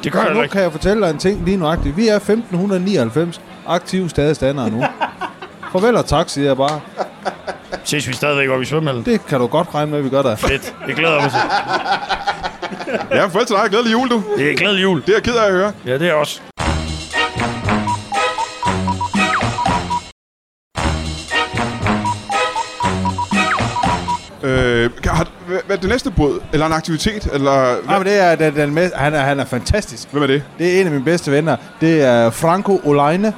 [SPEAKER 3] Det gør
[SPEAKER 2] Så
[SPEAKER 3] jeg
[SPEAKER 2] nu
[SPEAKER 3] da ikke.
[SPEAKER 2] kan jeg fortælle dig en ting lige nøjagtigt. Vi er 1599 aktive stadestandere nu. Farvel og tak, siger jeg bare.
[SPEAKER 3] Ses vi stadigvæk oppe i svømmehallen.
[SPEAKER 2] Det kan du godt regne med, at vi gør der.
[SPEAKER 3] Fedt. Det glæder jeg mig til.
[SPEAKER 1] Ja, farvel til dig. Glædelig jul, du.
[SPEAKER 3] Det er glædelig jul.
[SPEAKER 1] Det er jeg ked af at høre.
[SPEAKER 3] Ja, det er også.
[SPEAKER 1] Øh, kan, har, hvad, hvad er det næste båd? Eller en aktivitet? Eller,
[SPEAKER 2] Ja,
[SPEAKER 3] Ah,
[SPEAKER 2] men det er, den, den mest, han, er, han er fantastisk.
[SPEAKER 1] hvem er det?
[SPEAKER 2] Det er en af mine bedste venner. Det er Franco Olaine.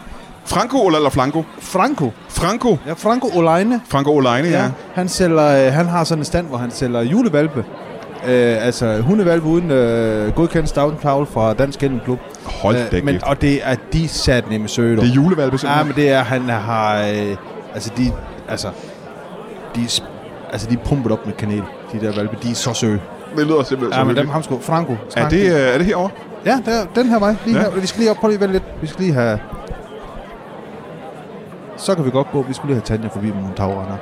[SPEAKER 1] Franco eller, eller Flanco?
[SPEAKER 2] Franco?
[SPEAKER 1] Franco.
[SPEAKER 2] Ja, Franco Olaine.
[SPEAKER 1] Franco Oleine, ja. ja.
[SPEAKER 2] Han, sælger, øh, han har sådan en stand, hvor han sælger julevalpe. Øh, altså hundevalpe uden øh, godkendt stavnpavl fra Dansk Kennelklub.
[SPEAKER 1] Hold da
[SPEAKER 2] Øh, men,
[SPEAKER 1] kæft.
[SPEAKER 2] Og det er de sat nemme søger.
[SPEAKER 1] Det er julevalpe,
[SPEAKER 2] Ja,
[SPEAKER 1] simpelthen.
[SPEAKER 2] men det er, han har... Øh, altså, de... Altså, de, sp- altså, de er pumpet op med kanel, de der valpe. De er så søde.
[SPEAKER 1] det lyder simpelthen
[SPEAKER 2] Ja, men dem
[SPEAKER 1] hyggeligt.
[SPEAKER 2] ham sgu. Franco.
[SPEAKER 1] er
[SPEAKER 2] snak
[SPEAKER 1] det,
[SPEAKER 2] lige.
[SPEAKER 1] øh, er det herovre?
[SPEAKER 2] Ja, der, den her vej. Lige
[SPEAKER 1] Ja.
[SPEAKER 2] ja. her. Vi skal lige op. Prøv lige at vente lidt. Vi skal lige have... Så kan vi godt gå. Vi skulle lige have Tanja forbi med nogle tagrender.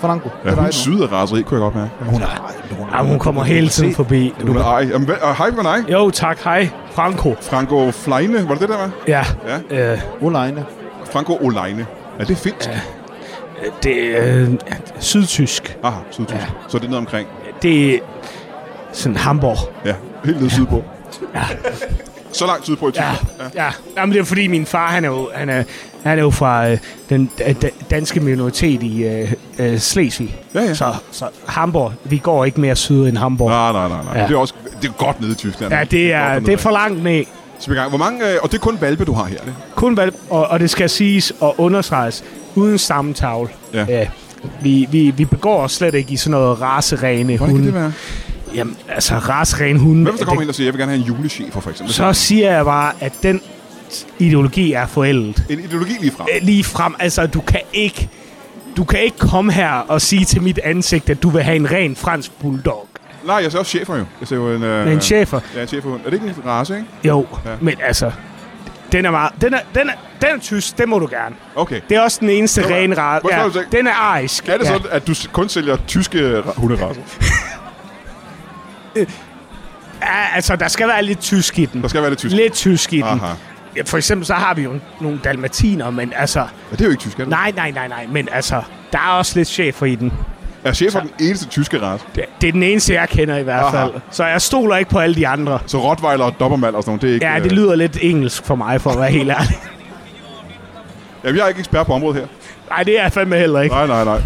[SPEAKER 2] Franco,
[SPEAKER 1] Ja,
[SPEAKER 2] det er
[SPEAKER 1] hun
[SPEAKER 2] dig nu.
[SPEAKER 1] syder raseri, kunne jeg godt mærke.
[SPEAKER 2] Hun er... Ej, hun,
[SPEAKER 4] Jamen, hun kommer hele tiden
[SPEAKER 2] Se,
[SPEAKER 4] forbi.
[SPEAKER 1] Du er ej. Jamen, hvad, og hej, hvor nej.
[SPEAKER 4] Jo, tak. Hej. Franco.
[SPEAKER 1] Franco Fleine, var det det der, var?
[SPEAKER 4] Ja.
[SPEAKER 1] Ja.
[SPEAKER 4] Øh,
[SPEAKER 2] Oleine.
[SPEAKER 1] Franco Oleine. Er det finsk? Ja.
[SPEAKER 4] det er øh, sydtysk.
[SPEAKER 1] Aha, sydtysk. Ja. Så er det ned omkring.
[SPEAKER 4] Det er sådan Hamburg.
[SPEAKER 1] Ja, helt nede sydpå. Ja. Så langt sydpå i Tyskland. Ja.
[SPEAKER 4] Ja, Jamen, det er fordi min far, han er jo, han er, han er jo fra øh, den øh, da- danske minoritet i øh, øh, Slesvig.
[SPEAKER 1] Ja, ja.
[SPEAKER 4] Så, så Hamburg, vi går ikke mere syd end Hamburg.
[SPEAKER 1] Nej, nej, nej. nej. Ja.
[SPEAKER 4] Ja.
[SPEAKER 1] Det er også det er godt nede i Tyskland.
[SPEAKER 4] Ja, det er, det er for langt ned.
[SPEAKER 1] langt. Hvor mange, øh, og det er kun valpe, du har her, det?
[SPEAKER 4] Kun valg, og, og det skal siges og understreges, uden stamtavle.
[SPEAKER 1] Ja.
[SPEAKER 4] Øh, vi, vi, vi begår os slet ikke i sådan noget raserene
[SPEAKER 1] Hvordan kan det
[SPEAKER 4] hunde.
[SPEAKER 1] være?
[SPEAKER 4] Jamen, altså raserene hunde.
[SPEAKER 1] Hvem hvis der
[SPEAKER 4] det-
[SPEAKER 1] kommer ind og siger, jeg vil gerne have en julechefer, for eksempel? Altså,
[SPEAKER 4] så siger jeg bare, at den ideologi er forældet.
[SPEAKER 1] En ideologi lige fra.
[SPEAKER 4] Øh, Lige frem, altså du kan ikke, du kan ikke komme her og sige til mit ansigt, at du vil have en ren fransk bulldog.
[SPEAKER 1] Nej, jeg ser også chefer jo. Jeg ser jo en... Øh,
[SPEAKER 4] Men en chefer,
[SPEAKER 1] Ja, en cheferhund. Er det ikke en race, ikke?
[SPEAKER 4] jo,
[SPEAKER 1] Ja.
[SPEAKER 4] men altså, den er meget, den er, den er, den er tysk, det må du gerne.
[SPEAKER 1] Okay.
[SPEAKER 4] Det er også den eneste
[SPEAKER 1] Nå, ja.
[SPEAKER 4] rene
[SPEAKER 1] Må
[SPEAKER 4] race.
[SPEAKER 1] jeg
[SPEAKER 4] Ja,
[SPEAKER 1] spørge om en ting?
[SPEAKER 4] den er arisk.
[SPEAKER 1] Er det
[SPEAKER 4] ja.
[SPEAKER 1] sådan, at du s- kun sælger tyske ra- hunderacer?
[SPEAKER 4] Ja, altså, der skal være lidt tysk i den.
[SPEAKER 1] Der skal være lidt tysk.
[SPEAKER 4] Lidt tysk i den.
[SPEAKER 1] Aha.
[SPEAKER 4] Ja, for eksempel så har vi jo nogle dalmatiner, men altså...
[SPEAKER 1] Ja, det er jo ikke tysk, er det?
[SPEAKER 4] Nej, nej, nej, nej, men altså, der er også lidt chefer i den.
[SPEAKER 1] Er chefer den eneste tyske race?
[SPEAKER 4] Det, det er den eneste, jeg kender i hvert
[SPEAKER 1] Aha.
[SPEAKER 4] fald. Så jeg stoler ikke på alle de andre.
[SPEAKER 1] Så Rottweiler og Dobermann og sådan noget, det er ikke...
[SPEAKER 4] Ja, det
[SPEAKER 1] øh,
[SPEAKER 4] lyder lidt engelsk for mig, for at være helt ærlig.
[SPEAKER 1] Jamen, jeg er ikke ekspert på området her.
[SPEAKER 4] Nej, det er jeg fandme heller ikke.
[SPEAKER 1] Nej, nej, nej.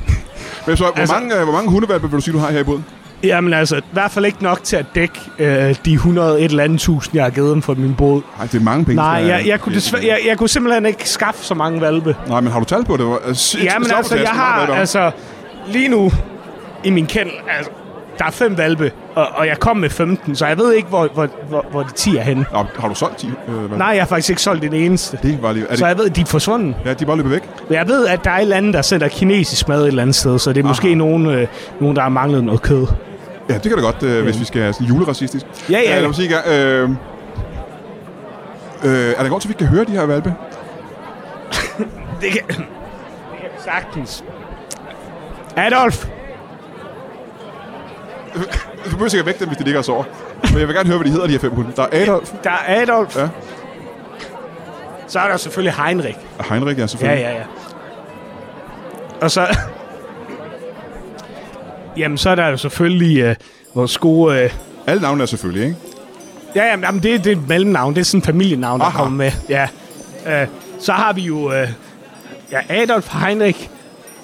[SPEAKER 1] Men så, hvor,
[SPEAKER 4] Altså-
[SPEAKER 1] mange, øh, hvor mange hundevalpe vil du sige, du har her i båden?
[SPEAKER 4] Jamen altså, i hvert fald ikke nok til at dække øh, de 100 et eller andet tusind, jeg har givet dem for min båd.
[SPEAKER 1] Nej, det er mange penge.
[SPEAKER 4] Nej,
[SPEAKER 1] tror
[SPEAKER 4] jeg, jeg, kunne desvær- jeg, jeg kunne simpelthen ikke skaffe så mange valpe.
[SPEAKER 1] Nej, men har du tal på det? Altså,
[SPEAKER 4] Jamen altså, jeg har altså lige nu i min kendel, altså, der er fem valpe, og, og jeg kom med 15, så jeg ved ikke, hvor, hvor, hvor, hvor de 10 er henne.
[SPEAKER 1] Nå, har du solgt 10? Øh, hvad?
[SPEAKER 4] Nej, jeg har faktisk ikke solgt den eneste.
[SPEAKER 1] Det er bare lige... Er det,
[SPEAKER 4] Så jeg ved, at de er forsvundet.
[SPEAKER 1] ja, de er bare løbet væk.
[SPEAKER 4] Men Jeg ved, at der er et land, der sælger kinesisk mad et eller andet sted, så det er Aha. måske nogen, øh, nogen, der har manglet noget kød.
[SPEAKER 1] Ja, det kan da godt, øh, hvis vi skal have sådan juleracistisk.
[SPEAKER 4] Ja, ja,
[SPEAKER 1] Øh, lad
[SPEAKER 4] ja.
[SPEAKER 1] mig sige i gang. Øh, øh, er det godt, så vi kan høre de her valpe?
[SPEAKER 4] Det kan, det kan vi sagtens. Adolf!
[SPEAKER 1] Du behøver sikkert vække dem, hvis de ligger og sover. Men jeg vil gerne høre, hvad de hedder, de her fem hunde. Der er Adolf
[SPEAKER 4] Der er Adolf.
[SPEAKER 1] Ja.
[SPEAKER 4] Så er der selvfølgelig Heinrich.
[SPEAKER 1] og Heinrich, ja,
[SPEAKER 4] Ja,
[SPEAKER 1] selvfølgelig.
[SPEAKER 4] ja, ja. Og så... Jamen, så er der jo selvfølgelig øh, vores gode... Øh,
[SPEAKER 1] Alle navnene er selvfølgelig, ikke?
[SPEAKER 4] Ja, jamen, jamen det, det er et mellemnavn. Det er sådan et familienavn, der
[SPEAKER 1] Aha.
[SPEAKER 4] kommer med. Ja. Øh, så har vi jo øh, ja, Adolf Heinrich.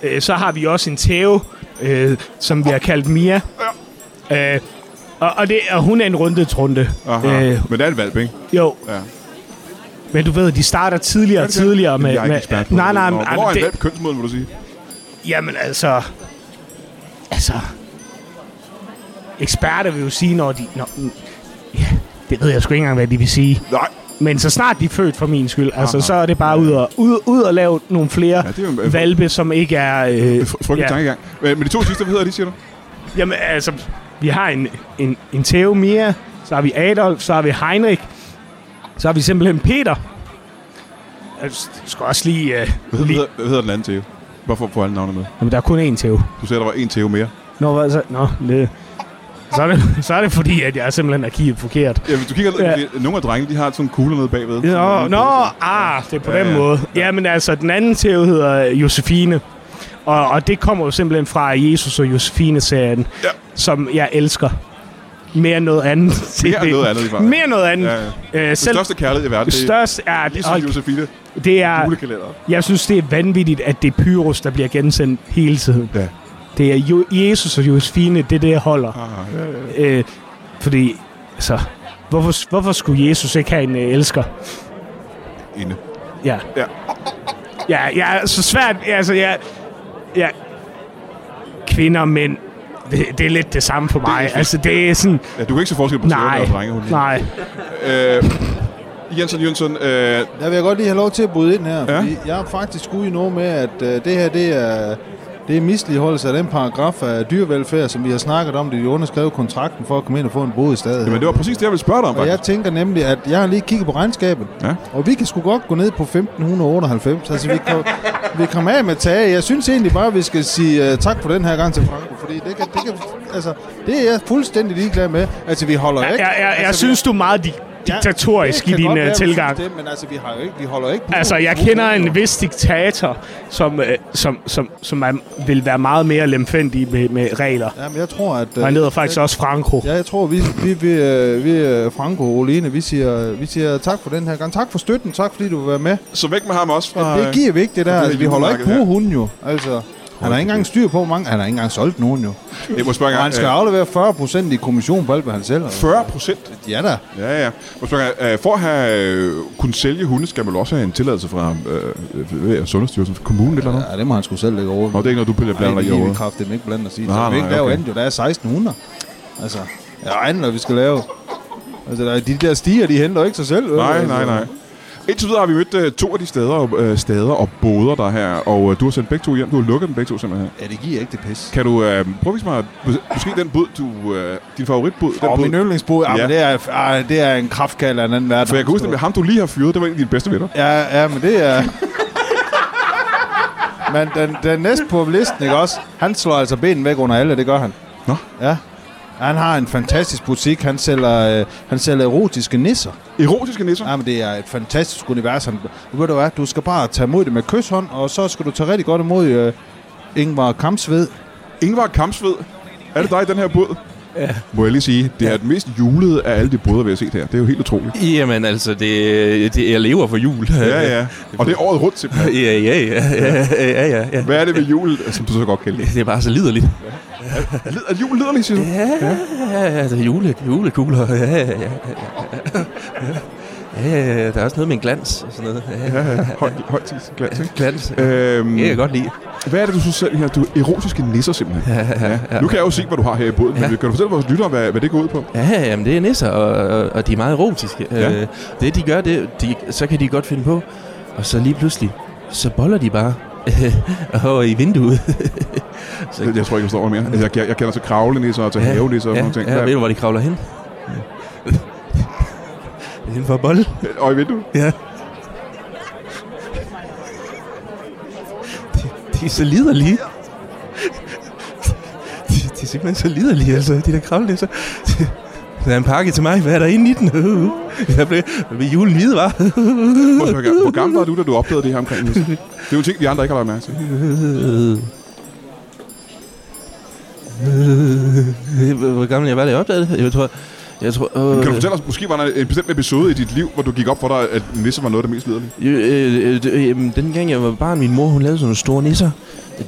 [SPEAKER 4] Øh, så har vi også en tæve, øh, som vi har kaldt Mia. Øh, og, og, det, og hun er en rundetrunde.
[SPEAKER 1] Aha. Øh. Men det er en valp, ikke?
[SPEAKER 4] jo.
[SPEAKER 1] Ja.
[SPEAKER 4] Men du ved, de starter tidligere og
[SPEAKER 1] det det?
[SPEAKER 4] tidligere
[SPEAKER 1] Jamen,
[SPEAKER 4] med...
[SPEAKER 1] jeg er ikke
[SPEAKER 4] med
[SPEAKER 1] ekspert på
[SPEAKER 4] nej,
[SPEAKER 1] det.
[SPEAKER 4] nej,
[SPEAKER 1] Nå,
[SPEAKER 4] nej.
[SPEAKER 1] Hvor er
[SPEAKER 4] men
[SPEAKER 1] en
[SPEAKER 4] det-
[SPEAKER 1] valp kønsmoden, vil du sige?
[SPEAKER 4] Jamen altså... Altså... Eksperter vil jo sige, når de... Når, ja, det ved jeg sgu ikke engang, hvad de vil sige.
[SPEAKER 1] Nej.
[SPEAKER 4] Men så snart de er født, for min skyld, altså,
[SPEAKER 1] Aha.
[SPEAKER 4] så er det bare ud og, ud, ud og lave nogle flere
[SPEAKER 1] Ja,
[SPEAKER 4] ja,
[SPEAKER 1] det er jo en-
[SPEAKER 4] valpe, som ikke er... Øh,
[SPEAKER 1] Fr- Frygtelig
[SPEAKER 4] ja.
[SPEAKER 1] tankegang. Men, men de to sidste, hvad hedder de, siger du?
[SPEAKER 4] Jamen, altså, vi har en, en, en Theo Mia, så har vi Adolf, så har vi Heinrich, så har vi simpelthen Peter. Jeg skal også lige... Øh,
[SPEAKER 1] Hvad
[SPEAKER 4] lige
[SPEAKER 1] hedder, hvad hedder den anden Theo? Bare for at få alle navne med.
[SPEAKER 4] jamen, der er kun én Theo.
[SPEAKER 1] Du sagde, der var en Theo mere.
[SPEAKER 4] Nå, hvad så? Nå, det, så, er det, så er det fordi, at jeg simpelthen har kigget forkert.
[SPEAKER 1] Ja, men du kigger ned,
[SPEAKER 4] Ja.
[SPEAKER 1] ja. nogle af drengene, de har sådan en kugle nede bagved.
[SPEAKER 4] Nå,
[SPEAKER 1] Sådan en
[SPEAKER 4] nå
[SPEAKER 1] pose.
[SPEAKER 4] ah, det er på
[SPEAKER 1] Ja,
[SPEAKER 4] ja, den
[SPEAKER 1] ja.
[SPEAKER 4] ja. måde. Jamen altså, den anden tæve hedder øh, Josefine. Og, og det kommer jo simpelthen fra Jesus og Josefine-serien,
[SPEAKER 1] Ja.
[SPEAKER 4] ja. som jeg elsker. Mere end noget andet.
[SPEAKER 1] Mere end noget andet, i hvert fald.
[SPEAKER 4] Mere end noget andet.
[SPEAKER 1] Ja,
[SPEAKER 4] Ja,
[SPEAKER 1] ja.
[SPEAKER 4] ja. Øh,
[SPEAKER 1] Den
[SPEAKER 4] selv
[SPEAKER 1] største kærlighed i verden, det er ligesom
[SPEAKER 4] størst er...
[SPEAKER 1] Jesus og
[SPEAKER 4] og
[SPEAKER 1] Josefine
[SPEAKER 4] Det er,
[SPEAKER 1] julekalender.
[SPEAKER 4] jeg synes, det er vanvittigt, at det er Pyrus, der bliver gensendt hele tiden.
[SPEAKER 1] Ja.
[SPEAKER 4] Det er jo, Jesus og Josefine, det er det, jeg holder.
[SPEAKER 1] Ah, ja, ja.
[SPEAKER 4] Øh, fordi, altså, hvorfor, hvorfor skulle Jesus ikke have en øh, elsker?
[SPEAKER 1] Inde.
[SPEAKER 4] Ja.
[SPEAKER 1] Ja.
[SPEAKER 4] Ja, jeg er så svært, altså, jeg, jeg, kvinder, mænd, det, det er lidt det samme for mig.
[SPEAKER 1] lidt-
[SPEAKER 4] Det altså, det er sådan,
[SPEAKER 1] ja, du kan ikke se forskel på tæerne
[SPEAKER 4] nej,
[SPEAKER 1] og drengehunde.
[SPEAKER 4] nej.
[SPEAKER 1] Øh, Jensen Jensen, øh,
[SPEAKER 2] Der vil jeg godt lige have lov til at bryde ind her,
[SPEAKER 1] Ja.
[SPEAKER 2] ja. fordi jeg er faktisk ude i noget med, at øh, det her, det er, det er misligeholdelse af den paragraf af dyrevelfærd, som vi har snakket om, det de underskrev kontrakten for at komme ind og få en bod i stedet.
[SPEAKER 1] jamen det var præcis det, jeg ville spørge dig om,
[SPEAKER 2] og jeg
[SPEAKER 1] faktisk.
[SPEAKER 2] tænker nemlig, at jeg har lige kigget på regnskabet,
[SPEAKER 1] Ja.
[SPEAKER 2] og vi kan sgu godt gå ned på 1598. Altså, vi kom, vi kom af med tage. Jeg synes egentlig bare, at vi skal sige uh, tak for den her gang til Franco, fordi det kan, det kan, altså, det er jeg fuldstændig ligeglad med. Altså, vi holder
[SPEAKER 4] Jeg,
[SPEAKER 2] ikke...
[SPEAKER 4] jeg, jeg,
[SPEAKER 2] altså,
[SPEAKER 4] jeg
[SPEAKER 2] vi-
[SPEAKER 4] synes, du er meget di-
[SPEAKER 2] Ja,
[SPEAKER 4] diktatorisk
[SPEAKER 2] det
[SPEAKER 4] i
[SPEAKER 2] kan
[SPEAKER 4] din
[SPEAKER 2] godt være,
[SPEAKER 4] øh,
[SPEAKER 2] vi synes
[SPEAKER 4] tilgang.
[SPEAKER 2] Det, men altså, vi, har jo ikke, vi holder ikke... på-
[SPEAKER 4] Altså, jeg kender en vis diktator, som, øh, som, som, som er, vil være meget mere lemfændig med, med regler.
[SPEAKER 2] Jamen, jeg tror, at...
[SPEAKER 4] Og
[SPEAKER 2] øh,
[SPEAKER 4] han hedder faktisk også Franco.
[SPEAKER 2] Ja, jeg tror, vi, vi, vi, øh, vi øh, Franco og Olene, vi siger, vi siger tak for den her gang. Tak for støtten, tak fordi du vil være med.
[SPEAKER 1] Så væk med ham også fra...
[SPEAKER 2] Det giver vi ikke, det der.
[SPEAKER 1] det er
[SPEAKER 2] Altså, vi holder ikke
[SPEAKER 1] julemarkedet
[SPEAKER 2] på hunden jo. Altså, han har ikke engang styr på, hvor mange... Han har ikke engang solgt nogen jo.
[SPEAKER 1] øh, Jeg må spørge
[SPEAKER 2] Og han
[SPEAKER 1] en
[SPEAKER 2] skal
[SPEAKER 1] gang.
[SPEAKER 2] aflevere 40% i kommission på alt, hvad han sælger.
[SPEAKER 1] øh, 40 procent?
[SPEAKER 2] Ja da.
[SPEAKER 1] Ja, ja. Jeg Må spørge en gang, øh, for at have, øh, kunne sælge hunde, skal man vel også have en tilladelse fra øh, øh, Sundhedsstyrelsen, fra kommunen eller noget?
[SPEAKER 2] Ja, det må han sgu selv lægge over.
[SPEAKER 1] Nå, det er ikke noget, du piller blander
[SPEAKER 2] Nej,
[SPEAKER 1] dig i
[SPEAKER 2] det er vi
[SPEAKER 1] overhovedet.
[SPEAKER 2] kraftigt ikke blande os i.
[SPEAKER 1] Nej,
[SPEAKER 2] Nej, vi
[SPEAKER 1] nej,
[SPEAKER 2] ikke lave
[SPEAKER 1] okay.
[SPEAKER 2] andet, jo. Der er 1600. Altså, jeg regner, hvad vi skal lave. Altså, der er de der stiger, de henter ikke sig selv. vel?
[SPEAKER 1] Nej,
[SPEAKER 2] Altså,
[SPEAKER 1] nej, nej. Indtil videre har vi mødt øh, to af de steder, øh, steder og båder, der er her, og øh, du har sendt begge to hjem. Du har lukket dem begge to simpelthen.
[SPEAKER 2] Ja, det giver ikke det pis.
[SPEAKER 1] Kan du øh, prøve at vise mig, mås- måske den båd, du, øh, din favoritbåd,
[SPEAKER 2] Og
[SPEAKER 1] den
[SPEAKER 2] min
[SPEAKER 1] båd,
[SPEAKER 2] yndlingsbog, ja.
[SPEAKER 1] Ja.
[SPEAKER 2] men det er, ah, det er en kraftkald af en anden verden.
[SPEAKER 1] for jeg kan huske, at ham, du lige har fyret, det var en af dine bedste venner.
[SPEAKER 2] Ja, ja, men det er... men den, den næste på listen, ikke også? Han slår altså benen væk under alle, det gør han.
[SPEAKER 1] Nå.
[SPEAKER 2] Ja. Han har en fantastisk butik. Han sælger, øh, han sælger erotiske nisser.
[SPEAKER 1] Erotiske nisser.
[SPEAKER 2] Ja, men det er et fantastisk univers. Han, og ved du hvad, du skal bare tage imod det med kysshånd, og så skal du tage rigtig godt imod øh, Ingvar Kamsved.
[SPEAKER 1] Ingvar Kamsved, er det dig i den her båd? Ja. Må jeg lige sige, det er det mest julede af alle de båder, vi har set her. Det er jo helt utroligt.
[SPEAKER 5] Jamen altså, det, det, jeg lever for jul.
[SPEAKER 1] Ja, ja. Og det er året rundt simpelthen.
[SPEAKER 5] Ja, ja, ja, ja, ja, ja, ja.
[SPEAKER 1] Hvad er det ved jul, øh, som du så godt kan lide?
[SPEAKER 5] Det er bare så liderligt.
[SPEAKER 1] Lid- Er jul liderlig, siger du?
[SPEAKER 5] altså, Ja, ja, ja, det er jule, julekugler. Ja, ja, ja. Ja, ja, ja, der er også noget med en glans og sådan noget. Ja, ja.
[SPEAKER 1] Højt, højt til sin glas, ikke?
[SPEAKER 5] glans. Ja.
[SPEAKER 1] Øhm,
[SPEAKER 5] Det kan jeg godt lide.
[SPEAKER 1] Hvad er det, du synes selv her? Du er erotiske nisser simpelthen. Ja, ja, ja. Nu kan jeg jo se, hvad du har her i båden, men kan du fortælle vores lyttere, hvad, hvad det går ud på?
[SPEAKER 5] Ja, ja, jamen det er nisser, og, og, og de er meget erotiske.
[SPEAKER 1] Ja.
[SPEAKER 5] Ja. Øh, det de gør, det, de, så kan de godt finde på, og så lige pludselig, så boller de bare over i vinduet. så,
[SPEAKER 1] Jeg tror ikke, jeg forstår det mere. Altså, Jeg, jeg, jeg kender til kravlenisser og til ja, havenisser og
[SPEAKER 5] ja,
[SPEAKER 1] sådan nogle ting.
[SPEAKER 5] Ja, ved
[SPEAKER 1] Hvad-
[SPEAKER 5] du, hvor de kravler hen? Det er Inden for bold.
[SPEAKER 1] Og i vinduet?
[SPEAKER 5] Ja. De, de er så liderlige. De, de er simpelthen så liderlige, altså, de der kravlenisser. Der er en pakke til mig. Hvad er der inde i den? Jeg blev, jeg blev julen hvide, var.
[SPEAKER 1] Hvor, hvor, hvor gammel var du, da du opdagede det her omkring nisser? Det er jo en ting, de andre ikke har lagt mærke til.
[SPEAKER 5] Hvor gammel jeg var, da jeg opdagede det? Jeg tror... Jeg tror øh,
[SPEAKER 1] Kan du fortælle os, måske var der en bestemt episode i dit liv, hvor du gik op for dig, at nisser var noget af det mest liderlige?
[SPEAKER 5] Øh, øh, øh, øh, dengang jeg var barn, min mor, hun lavede sådan nogle store nisser.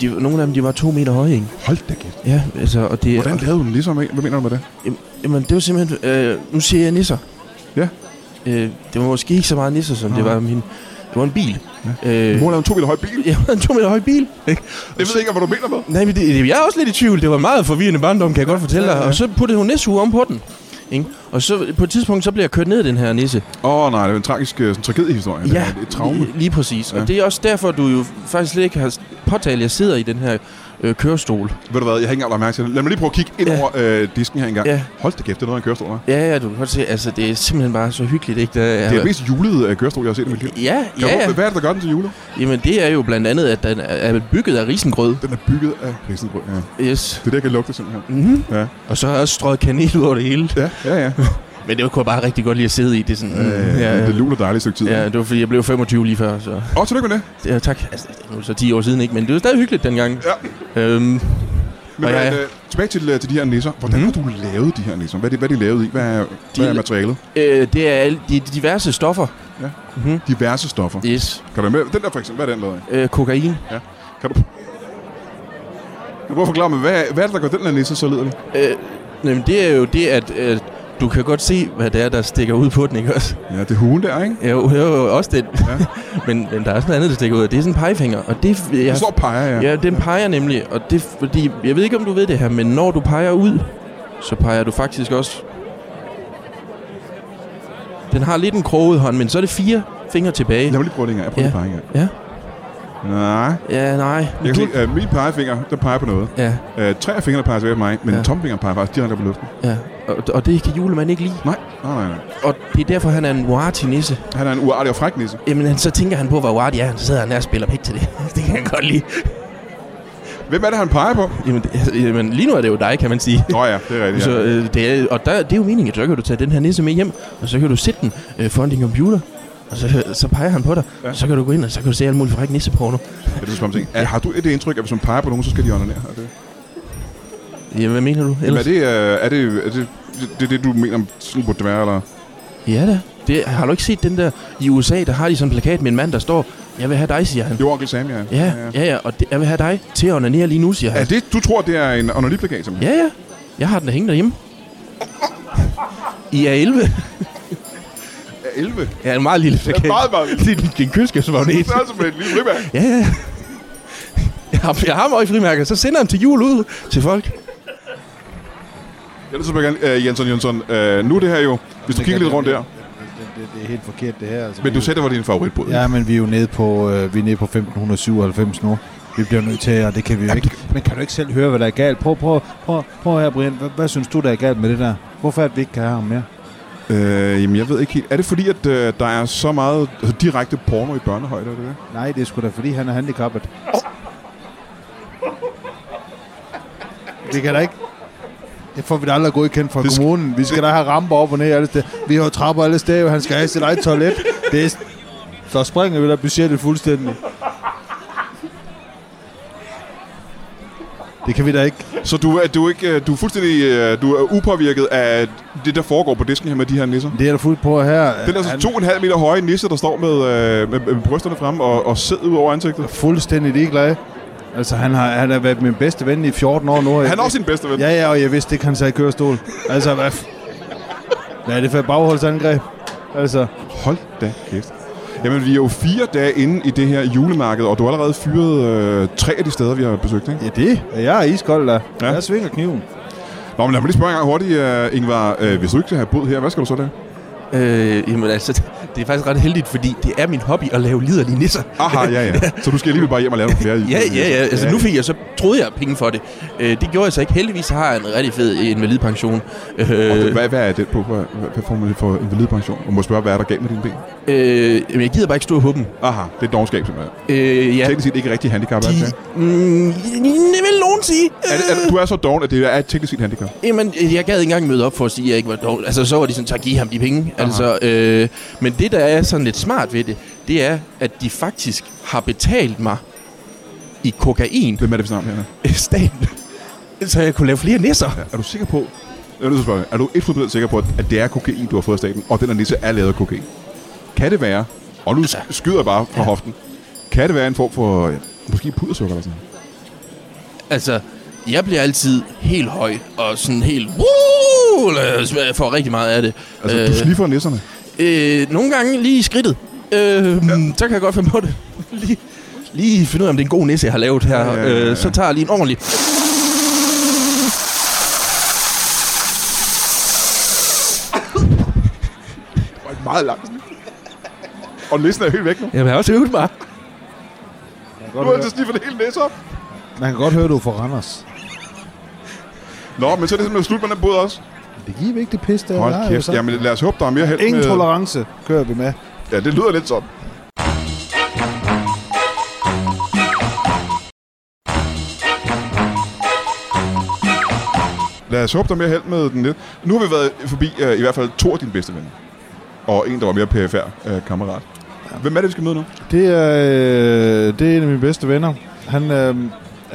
[SPEAKER 5] De, nogle af dem, de var to meter høje, ikke?
[SPEAKER 1] Hold da kæft.
[SPEAKER 5] Ja, altså, og det...
[SPEAKER 1] Hvordan lavede hun nisser med? Hvad mener du med det?
[SPEAKER 5] Jamen, Jamen, det var simpelthen... Øh, nu siger jeg nisser.
[SPEAKER 1] Ja.
[SPEAKER 5] Øh, det var måske ikke så meget nisser, som det var min... Det var en bil. Ja. Øh,
[SPEAKER 1] Mor lavede en to meter høj bil.
[SPEAKER 5] jeg var en to meter høj bil. Ikke?
[SPEAKER 1] Jeg ved ikke, hvad du mener med.
[SPEAKER 5] Nej, men det, jeg er også lidt i tvivl. Det var meget forvirrende barndom, kan jeg godt fortælle dig.
[SPEAKER 1] Ja, ja.
[SPEAKER 5] Og så puttede hun nissehue om på den. Ikke? Og så på et tidspunkt, så bliver jeg kørt ned af den her nisse.
[SPEAKER 1] Åh oh, nej, det er en tragisk øh, sådan, tragediehistorie. Det er Et traume.
[SPEAKER 5] Lige, lige præcis. Ja.
[SPEAKER 1] Ja.
[SPEAKER 5] Og det er også derfor, du jo faktisk slet ikke har påtalt, at jeg sidder i den her øh, kørestol.
[SPEAKER 1] Ved du hvad, jeg har ikke engang lagt mærke til det. Lad mig lige prøve at kigge ind
[SPEAKER 5] Ja.
[SPEAKER 1] over øh, disken her engang.
[SPEAKER 5] Ja.
[SPEAKER 1] Hold da kæft, det er noget af en kørestol, hva'?
[SPEAKER 5] Ja, ja, du kan godt se, altså det er simpelthen bare så hyggeligt, ikke? Der,
[SPEAKER 1] Det er den mest julede øh, kørestol, jeg har set i mit liv.
[SPEAKER 5] Ja,
[SPEAKER 1] Kan
[SPEAKER 5] ja,
[SPEAKER 1] du,
[SPEAKER 5] ja.
[SPEAKER 1] Hvad er det, der gør den til jule?
[SPEAKER 5] Jamen, det er jo blandt andet, at den er bygget af risengrød.
[SPEAKER 1] Den er bygget af risengrød. Ja.
[SPEAKER 5] Yes.
[SPEAKER 1] Det er det, jeg kan lugte simpelthen.
[SPEAKER 5] Mm-hmm.
[SPEAKER 1] Ja.
[SPEAKER 5] Og så har jeg også strøget kanel ud over det hele.
[SPEAKER 1] Ja, ja, ja.
[SPEAKER 5] Men det kunne jeg bare rigtig godt lide at sidde i. Det er sådan, mm,
[SPEAKER 1] Øh, ja, ja. Det luner dejligt stykke tid.
[SPEAKER 5] ja, det var fordi, jeg blev 25 lige før, så...
[SPEAKER 1] Og tillykke med det.
[SPEAKER 5] Ja, tak. Altså, det er nu så 10 år siden, ikke? Men det var stadig hyggeligt dengang.
[SPEAKER 1] Ja.
[SPEAKER 5] Øhm,
[SPEAKER 1] Men
[SPEAKER 5] Og
[SPEAKER 1] ja,
[SPEAKER 5] jeg- Mhm.
[SPEAKER 1] ja. Øh, tilbage til, øh, til de her nisser. Hvordan har du lavet de her nisser? Hvad er de, hvad er de lavet i? Hvad er, hvad er materialet?
[SPEAKER 5] øh, det er alle de diverse stoffer. Mhm.
[SPEAKER 1] Diverse stoffer.
[SPEAKER 5] Yes.
[SPEAKER 1] Kan du med? Den der for eksempel, hvad er den lavet af?
[SPEAKER 5] Øh, kokain.
[SPEAKER 1] Kan du... Kan du prøve at forklare mig, hvad, hvad er det, der gør den her nisse så liderlig?
[SPEAKER 5] Øh, jamen, det er jo det, at... Øh, du kan godt se, hvad det er, der stikker ud på den, ikke også?
[SPEAKER 1] Ja, det er hugen der, ikke?
[SPEAKER 5] Jo, jo, også den.
[SPEAKER 1] Ja.
[SPEAKER 5] Ja. men, men der er også noget andet, der stikker ud. Det er sådan en pegefinger, og det... Jeg,
[SPEAKER 1] Den står og peger, ja.
[SPEAKER 5] Ja, den peger nemlig, og det er fordi, jeg ved ikke om du ved det her, men når du peger ud, så peger du faktisk også... Den har lidt en kroget hånd, men så er det fire fingre tilbage.
[SPEAKER 1] Lad mig lige prøve det en gang. Jeg prøver ja.
[SPEAKER 5] Ja.
[SPEAKER 1] lige at pege en gang.
[SPEAKER 5] Ja.
[SPEAKER 1] Nej.
[SPEAKER 5] Ja, nej.
[SPEAKER 1] Jeg kan
[SPEAKER 5] Du,
[SPEAKER 1] se, at min pegefinger, der peger på noget.
[SPEAKER 5] ja,
[SPEAKER 1] Øh, tre af fingrene peger tilbage på mig, men ja.
[SPEAKER 5] Ja.
[SPEAKER 1] tomfingeren peger faktisk direkte op i luften.
[SPEAKER 5] ja. Og, og det kan julemand ikke lide.
[SPEAKER 1] Nej, nej, nej. nej.
[SPEAKER 5] Og det er derfor, han er en Wati-nisse.
[SPEAKER 1] Han er en uartig og fræk nisse.
[SPEAKER 5] Jamen, han, så tænker han på, hvor Wati er. Så sidder han der og spiller pik til det. det kan han godt lide.
[SPEAKER 1] Hvem er det, han peger på?
[SPEAKER 5] Jamen, det, altså, jamen, lige nu er det jo dig, kan man sige.
[SPEAKER 1] Nå ja, det er rigtigt.
[SPEAKER 5] Så,
[SPEAKER 1] Ja.
[SPEAKER 5] øh, det er, og der, det er jo meningen, at så kan du tage den her nisse med hjem, og så kan du sætte den øh, foran din computer, og så, øh, så peger han på dig,
[SPEAKER 1] Ja.
[SPEAKER 5] ja. og så kan du gå ind, og så kan du se alt muligt fræk nisseporno.
[SPEAKER 1] Ja, det er sådan, ting. Er, har du et indtryk, at hvis man peger på nogen, så skal de ånde ned? Er det,
[SPEAKER 5] Ja, hvad mener du
[SPEAKER 1] Jamen, er
[SPEAKER 5] ellers?
[SPEAKER 1] det, øh, er det, er det, det, det, det, du mener, sådan burde det være, eller?
[SPEAKER 5] Ja da. Det, har du ikke set den der i USA, der har de sådan en plakat med en mand, der står, jeg vil have dig, siger han.
[SPEAKER 1] Det var onkel Sam, ja.
[SPEAKER 5] Ja, ja, ja, og det, jeg vil have dig til at onanere lige nu, siger han.
[SPEAKER 1] Er det, du tror, det er en onaniplakat, simpelthen?
[SPEAKER 5] Ja, ja. Jeg har den hængende derhjemme. I er 11.
[SPEAKER 1] Ja. 11. Det
[SPEAKER 5] Ja, en meget lille plakat.
[SPEAKER 1] er meget, meget vildt.
[SPEAKER 5] Det er din- din
[SPEAKER 1] Det er
[SPEAKER 5] køleskabsmagnet.
[SPEAKER 1] størrelse med et lille ribær.
[SPEAKER 5] Ja, ja. Jeg har, jeg har mig i frimærker, så sender jeg dem til jul ud til folk.
[SPEAKER 1] Jeg er nødt til at gerne, øh, Jensson Jensson, øh, nu er det her jo, hvis du kigger lidt rundt der,
[SPEAKER 2] Det, det, det er helt forkert, det her. Altså,
[SPEAKER 1] men
[SPEAKER 2] vi-
[SPEAKER 1] du sagde, det var din favoritbåd.
[SPEAKER 2] Ja, men vi er jo nede på, øh, vi er nede på 1597 nu. Vi bliver nødt til, og det kan vi jo ikke. Men kan du ikke selv høre, hvad der er galt? Prøv, prøv, prøv, prøv her, Brian. Hvad, hvad synes du, der er galt med det der? Hvorfor er det, vi ikke kan have ham mere?
[SPEAKER 1] Øh, jamen, jeg ved ikke helt. Er det fordi, at øh, der er så meget altså, direkte porno i børnehøjde, er det det?
[SPEAKER 2] Nej, det er sgu da, fordi han er handicappet. Det kan da ikke... Det får vi da aldrig godkendt fra
[SPEAKER 1] Det sk-
[SPEAKER 2] kommunen. Vi skal da have ramper op og ned alle steder. Vi har jo trapper alle steder, og han skal have sit eget toilet. Det er... Så springer vi da budgettet fuldstændig. Det kan vi da ikke.
[SPEAKER 1] Så du er, du er ikke, øh, du er fuldstændig øh, du er upåvirket af det, der foregår på disken her med de her nisser?
[SPEAKER 2] Det er der fuldt på her.
[SPEAKER 1] Den der så
[SPEAKER 2] Han-
[SPEAKER 1] to og en halv meter høje nisse, der står med, øh, med, med brysterne fremme og, og sidder ud over ansigtet.
[SPEAKER 2] fuldstændig ligeglad. Altså, han har, han har været min bedste ven i 14 år nu.
[SPEAKER 1] Han er også din bedste ven.
[SPEAKER 2] Ja, ja, og jeg vidste ikke, han sad i kørestol. Altså, hvad... F- hvad er det for et bagholdsangreb? Altså,
[SPEAKER 1] Hold da kæft. Jamen, vi er jo fire dage inde i det her julemarked, og du har allerede fyret øh, tre af de steder, vi har besøgt, ikke?
[SPEAKER 2] ja, det er jeg iskold der.
[SPEAKER 1] Ja.
[SPEAKER 2] Ja. Jeg svinger kniven.
[SPEAKER 1] Nå, men lad mig lige spørge en gang hurtigt, øh, Ingvar. Øh, hvis du ikke skal have boet her, hvad skal du så lave?
[SPEAKER 5] Øh, jamen altså, det er faktisk ret heldigt, fordi det er min hobby at lave liderlige nisser.
[SPEAKER 1] Aha, Ah, ja, ja. Så du skal alligevel bare hjem og lave nogle flere.
[SPEAKER 5] Ja, ja, ja. Altså, nu fik jeg så, troede jeg penge for det. Øh, det gjorde jeg så ikke. Heldigvis har jeg en rigtig fed invalidpension.
[SPEAKER 1] Og det-
[SPEAKER 5] Øh,
[SPEAKER 1] Hvad, hvad er det på? Hvad, hvad hvad får man for invalidpension? Og må jeg spørge, hvad er der galt med dine ben?
[SPEAKER 5] øh, jamen, jeg gider bare ikke stå og håbe dem.
[SPEAKER 1] Aha, det er et dogenskab, simpelthen.
[SPEAKER 5] Øh, ja.
[SPEAKER 1] Teknisk set ikke rigtig handicap, er det
[SPEAKER 5] De,
[SPEAKER 1] ikke?
[SPEAKER 5] mm, det vil nogen sige. øh,
[SPEAKER 1] Er, det- er, det- du er så doven, at det er et teknisk set handicap.
[SPEAKER 5] Jamen, jeg gad ikke engang møde op for at sige, at jeg ikke var dårlig. Altså, så var de sådan, tak, giv ham de penge. Altså, øh, men det, der er sådan lidt smart ved det, det er, at de faktisk har betalt mig i kokain,
[SPEAKER 1] Hvem er det, vi snakker om her?
[SPEAKER 5] staten, så jeg kunne lave flere nisser.
[SPEAKER 1] Er du sikker på... Jeg er nødt til at spørge, er du 100% sikker på, at at det er kokain, du har fået af staten, og den her nisse er lavet af kokain? Kan det være, og nu skyder jeg bare fra hoften, kan det være en form for, ja, måske pudersukker eller sådan noget?
[SPEAKER 5] Altså, jeg bliver altid helt høj, og sådan helt... "Woo!" eller Jeg får rigtig meget af det.
[SPEAKER 1] Altså, øh. du sniffer nisserne.
[SPEAKER 5] øh, nogle gange lige i skridtet. Øh, ja. Så kan jeg godt finde på det. lige, lige finde ud af, om det er en god nisse, jeg har lavet her. Ja, ja, ja, ja. Øh, så tager jeg lige en ordentlig...
[SPEAKER 1] Og et meget langt snif. Og nissen er helt væk nu.
[SPEAKER 5] Jamen, jeg har også øvet mig.
[SPEAKER 2] Man kan
[SPEAKER 1] Nu er
[SPEAKER 2] godt,
[SPEAKER 1] det
[SPEAKER 2] høre,
[SPEAKER 1] sniffer det hele nisse op.
[SPEAKER 2] man kan godt høre, du er fra Randers.
[SPEAKER 1] Nå, men så er det simpelthen slut med den båd også.
[SPEAKER 2] Det giver vi ikke det pis, der
[SPEAKER 1] Hold kæft. Jamen, lad os håbe, der er mere held
[SPEAKER 2] Ingen
[SPEAKER 1] med...
[SPEAKER 2] tolerance kører vi med.
[SPEAKER 1] Ja, det lyder lidt sådan. Lad os håbe, der er mere held med den lidt. Nu har vi været forbi øh, i hvert fald to af dine bedste venner. Og en, der var mere PFR øh, kammerat. Hvem er det, vi skal møde nu?
[SPEAKER 2] Det er, øh, det er en af mine bedste venner. Han, øh,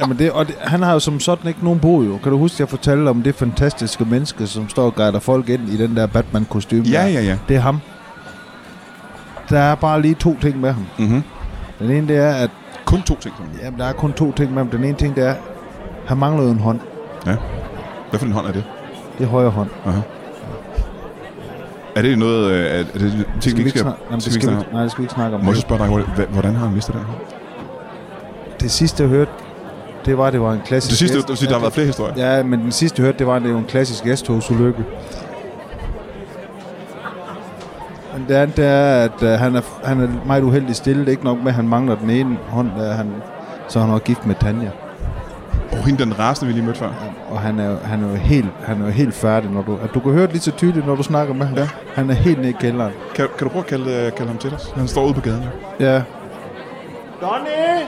[SPEAKER 2] jamen det, og det, han har jo som sådan ikke nogen bo, jo. Kan du huske, at jeg fortalte om det fantastiske menneske, som står og guider folk ind i den der Batman-kostyme? der?
[SPEAKER 1] ja.
[SPEAKER 2] Det er ham. Der er bare lige to ting med ham.
[SPEAKER 1] Mm-hmm.
[SPEAKER 2] Den ene, det er, at
[SPEAKER 1] Kun to ting. Sådan.
[SPEAKER 2] jamen, der er kun to ting med ham. Den ene ting, det er, han mangler jo en hånd.
[SPEAKER 1] Hvad for en hånd er det?
[SPEAKER 2] Det er højre hånd.
[SPEAKER 1] Er det noget... Øh, er er det en ting,
[SPEAKER 2] Skal vi
[SPEAKER 1] vi
[SPEAKER 2] ikke
[SPEAKER 1] skal...
[SPEAKER 2] snakke, jamen, det
[SPEAKER 1] vi
[SPEAKER 2] skal vi,
[SPEAKER 1] snakke
[SPEAKER 2] nej, det skal vi ikke snakke om.
[SPEAKER 1] Må jeg så spørge dig, hurtigt, hva- hvordan har han mistet den? her?
[SPEAKER 2] Det sidste, jeg hørte, det var, det var en klassisk...
[SPEAKER 1] Det sidste,
[SPEAKER 2] gæst-
[SPEAKER 1] det vil sige, der har været flere historier.
[SPEAKER 2] Ja, men den sidste, jeg hørte, det var, det var en klassisk S-togsulykke. Men det andet det er, at øh, han, er, han er meget uheldig stillet. Ikke nok med, at han mangler den ene hånd, øh, han, så er han også gift med Tanja.
[SPEAKER 1] Og hende den rasende, vi lige mødte før.
[SPEAKER 2] Og han er, jo- han er jo helt, han er jo helt færdig, når du, at du kan høre det lige så tydeligt, når du snakker med ham.
[SPEAKER 1] Ja.
[SPEAKER 2] Han er helt nede i kælderen.
[SPEAKER 1] Kan, kan du prøve at kalde, øh, kalde ham til os? Han står ude på gaden. jo.
[SPEAKER 2] Ja. Donny!